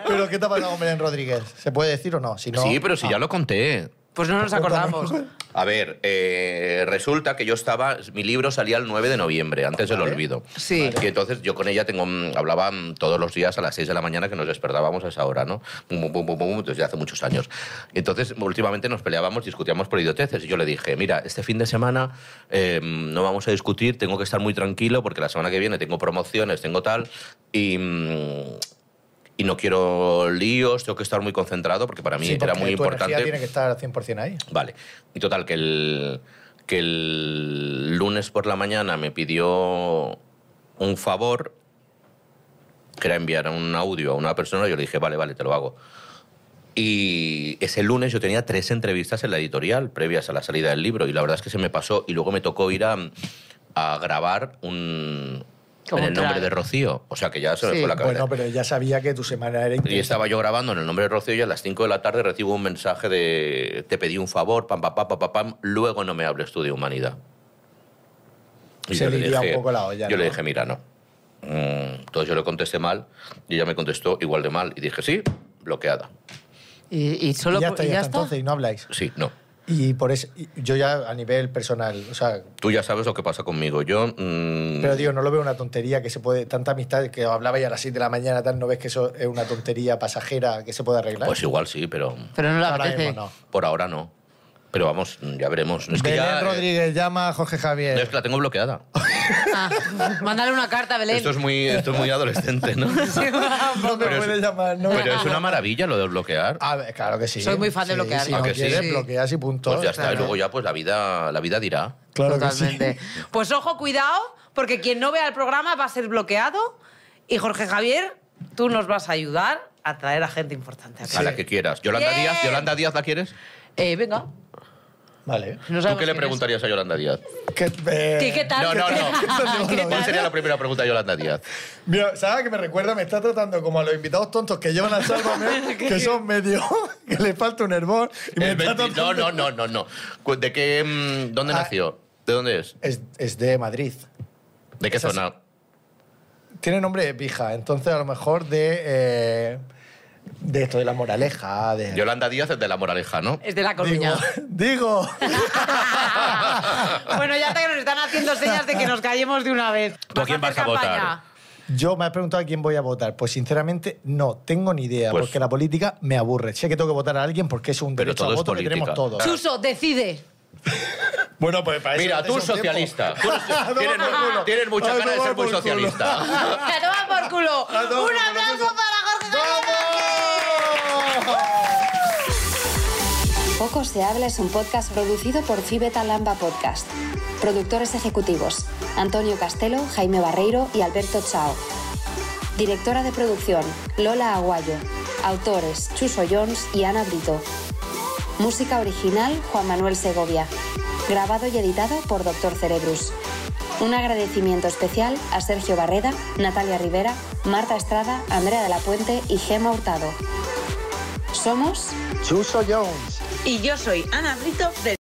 B: ¿Pero qué te ha pasado con Belén Rodríguez? ¿Se puede decir o no? Si no ah,
D: Sí, pero si ya lo conté.
C: Pues no nos acordamos.
D: A ver, eh, resulta que yo estaba... Mi libro salía el 9 de noviembre, antes del
B: Vale.
D: olvido.
C: Sí.
D: Y entonces yo con ella tengo, mm, hablaba mm, todos los días a las 6 de la mañana que nos despertábamos a esa hora, ¿no? Bum, bum, bum, bum, bum, desde hace muchos años. Y entonces últimamente nos peleábamos, discutíamos por idioteces. Y yo le dije, mira, este fin de semana eh, no vamos a discutir, tengo que estar muy tranquilo porque la semana que viene tengo promociones, tengo tal. Y... mm, y no quiero líos, tengo que estar muy concentrado porque para mí
B: Sí,
D: era
B: porque
D: muy
B: tu energía
D: importante.
B: tiene que estar al 100% ahí.
D: Vale. Y total, que el, que el lunes por la mañana me pidió un favor, que era enviar un audio a una persona, yo le dije, vale, vale, te lo hago. Y ese lunes yo tenía tres entrevistas en la editorial previas a la salida del libro y la verdad es que se me pasó y luego me tocó ir a, a grabar un...
C: Como
D: en el
C: otra-
D: nombre de Rocío, o sea que ya se me
C: Sí.
D: fue la cabeza.
B: Bueno, pero ya sabía que tu semana era
D: Y
B: intensa.
D: estaba yo grabando en el nombre de Rocío y a las 5 de la tarde recibo un mensaje de te pedí un favor, pam, pam, pam, pam, pam, pam, luego no me hables tú de humanidad.
B: Se le iría un poco la olla,
D: Yo
B: ¿no?
D: le dije, mira, no. Mm, Entonces yo le contesté mal y ella me contestó igual de mal. Y dije, sí, bloqueada.
C: Y, y solo
B: Y ya
C: por-
B: está,
C: y
B: ya está entonces y no habláis.
D: Sí, no.
B: Y por eso, y yo ya a nivel personal, o sea,
D: Tú ya sabes lo que pasa conmigo. Yo... mm,
B: pero digo, no lo veo una tontería que se puede, tanta amistad que hablabais a las 6 de la mañana, tal, no ves que eso es una tontería pasajera que se puede arreglar.
D: pues igual sí, pero
C: Pero no le
B: Ahora
C: apetece.
B: mismo no.
D: por ahora no. Pero vamos, ya veremos. Es que
B: Belén
D: ya... eh,
B: Rodríguez llama a Jorge Javier.
D: no, es que la tengo bloqueada.
C: Ah, mándale una carta, Belén.
D: Esto es muy, esto es muy adolescente, ¿no?
B: No me
D: Pero es-
B: puedes llamar, no.
D: Pero es una maravilla lo de bloquear.
B: A ver, claro que sí.
C: Soy muy fan de
B: Sí,
C: bloquear.
B: Si no
D: ¿A que sí?
B: quieres,
C: Sí.
B: bloqueas y punto.
D: pues ya está,
B: Claro.
D: y luego ya pues la vida, la vida dirá.
B: Claro que sí.
C: Totalmente. Pues ojo, cuidado, porque quien no vea el programa va a ser bloqueado. Y Jorge Javier, tú nos vas a ayudar a traer a gente importante acá.
D: A la que quieras. Yolanda
C: Bien.
D: Díaz, ¿Yolanda Díaz la quieres?
C: Eh, venga.
B: Vale.
C: no
D: ¿Tú
C: sabemos
D: qué le
C: quién es.
D: preguntarías a Yolanda Díaz?
B: Que, eh,
C: ¿Qué, qué tal?
D: No, no,
B: no.
C: ¿Qué
D: ¿Cuál
C: tal?
D: sería la primera pregunta de Yolanda Díaz?
B: Mira, ¿sabes qué me recuerda? Me está tratando como a los invitados tontos que llevan a Sálvame, que son medio, que le falta un hervor. Y me
D: El
B: está
D: 20 No,
B: tratando-
D: no, no, no, no. Cu- ¿De qué, mm, dónde
B: Ah.
D: nació? ¿De dónde es?
B: Es, es de Madrid.
D: ¿De qué
B: Esa es-
D: zona?
B: Tiene nombre de pija, entonces a lo mejor de... eh, de esto de la moraleja, de...
D: Yolanda Díaz es de La Moraleja, ¿no?
C: Es de La
B: digo,
C: Coruña.
B: digo,
C: bueno, ya hasta que nos están haciendo señas de que nos callemos de una vez.
D: ¿Tú a quién vas a
C: hacer
D: votar?
C: campaña.
B: yo me has preguntado a quién voy a votar. Pues sinceramente no tengo ni idea,
D: Pues-
B: porque la política me aburre. Sé que tengo que votar a alguien porque es un
D: Pero
B: derecho a
D: todo es
B: voto que tenemos
D: política.
B: todos.
C: Suso, decide.
B: Bueno, pues para eso
D: Mira,
B: no
D: tú
B: tengo tiempo.
D: socialista. Tú eres-
B: A tomar
D: tienes,
B: por culo.
D: tienes mucha
B: A
D: cara de
B: tomar
D: ser muy
B: por culo.
D: socialista.
C: ¡La toma por culo!
B: A tomar
C: ¡Un
B: por culo,
C: aplauso
B: Suso.
C: para Jorge
B: ¡Vamos!
A: Poco se habla es un podcast producido por Fibeta Lamba Podcast. Productores ejecutivos: Antonio Castelo, Jaime Barreiro y Alberto Chao. Directora de producción: Lola Aguayo. Autores: Chuso Jones y Ana Brito. Música original: Juan Manuel Segovia. Grabado y editado por Doctor Cerebrus. Un agradecimiento especial a Sergio Barreda, Natalia Rivera, Marta Estrada, Andrea de la Puente y Gema Hurtado. Somos
B: Chuso Jones.
C: Y yo soy Ana Brito de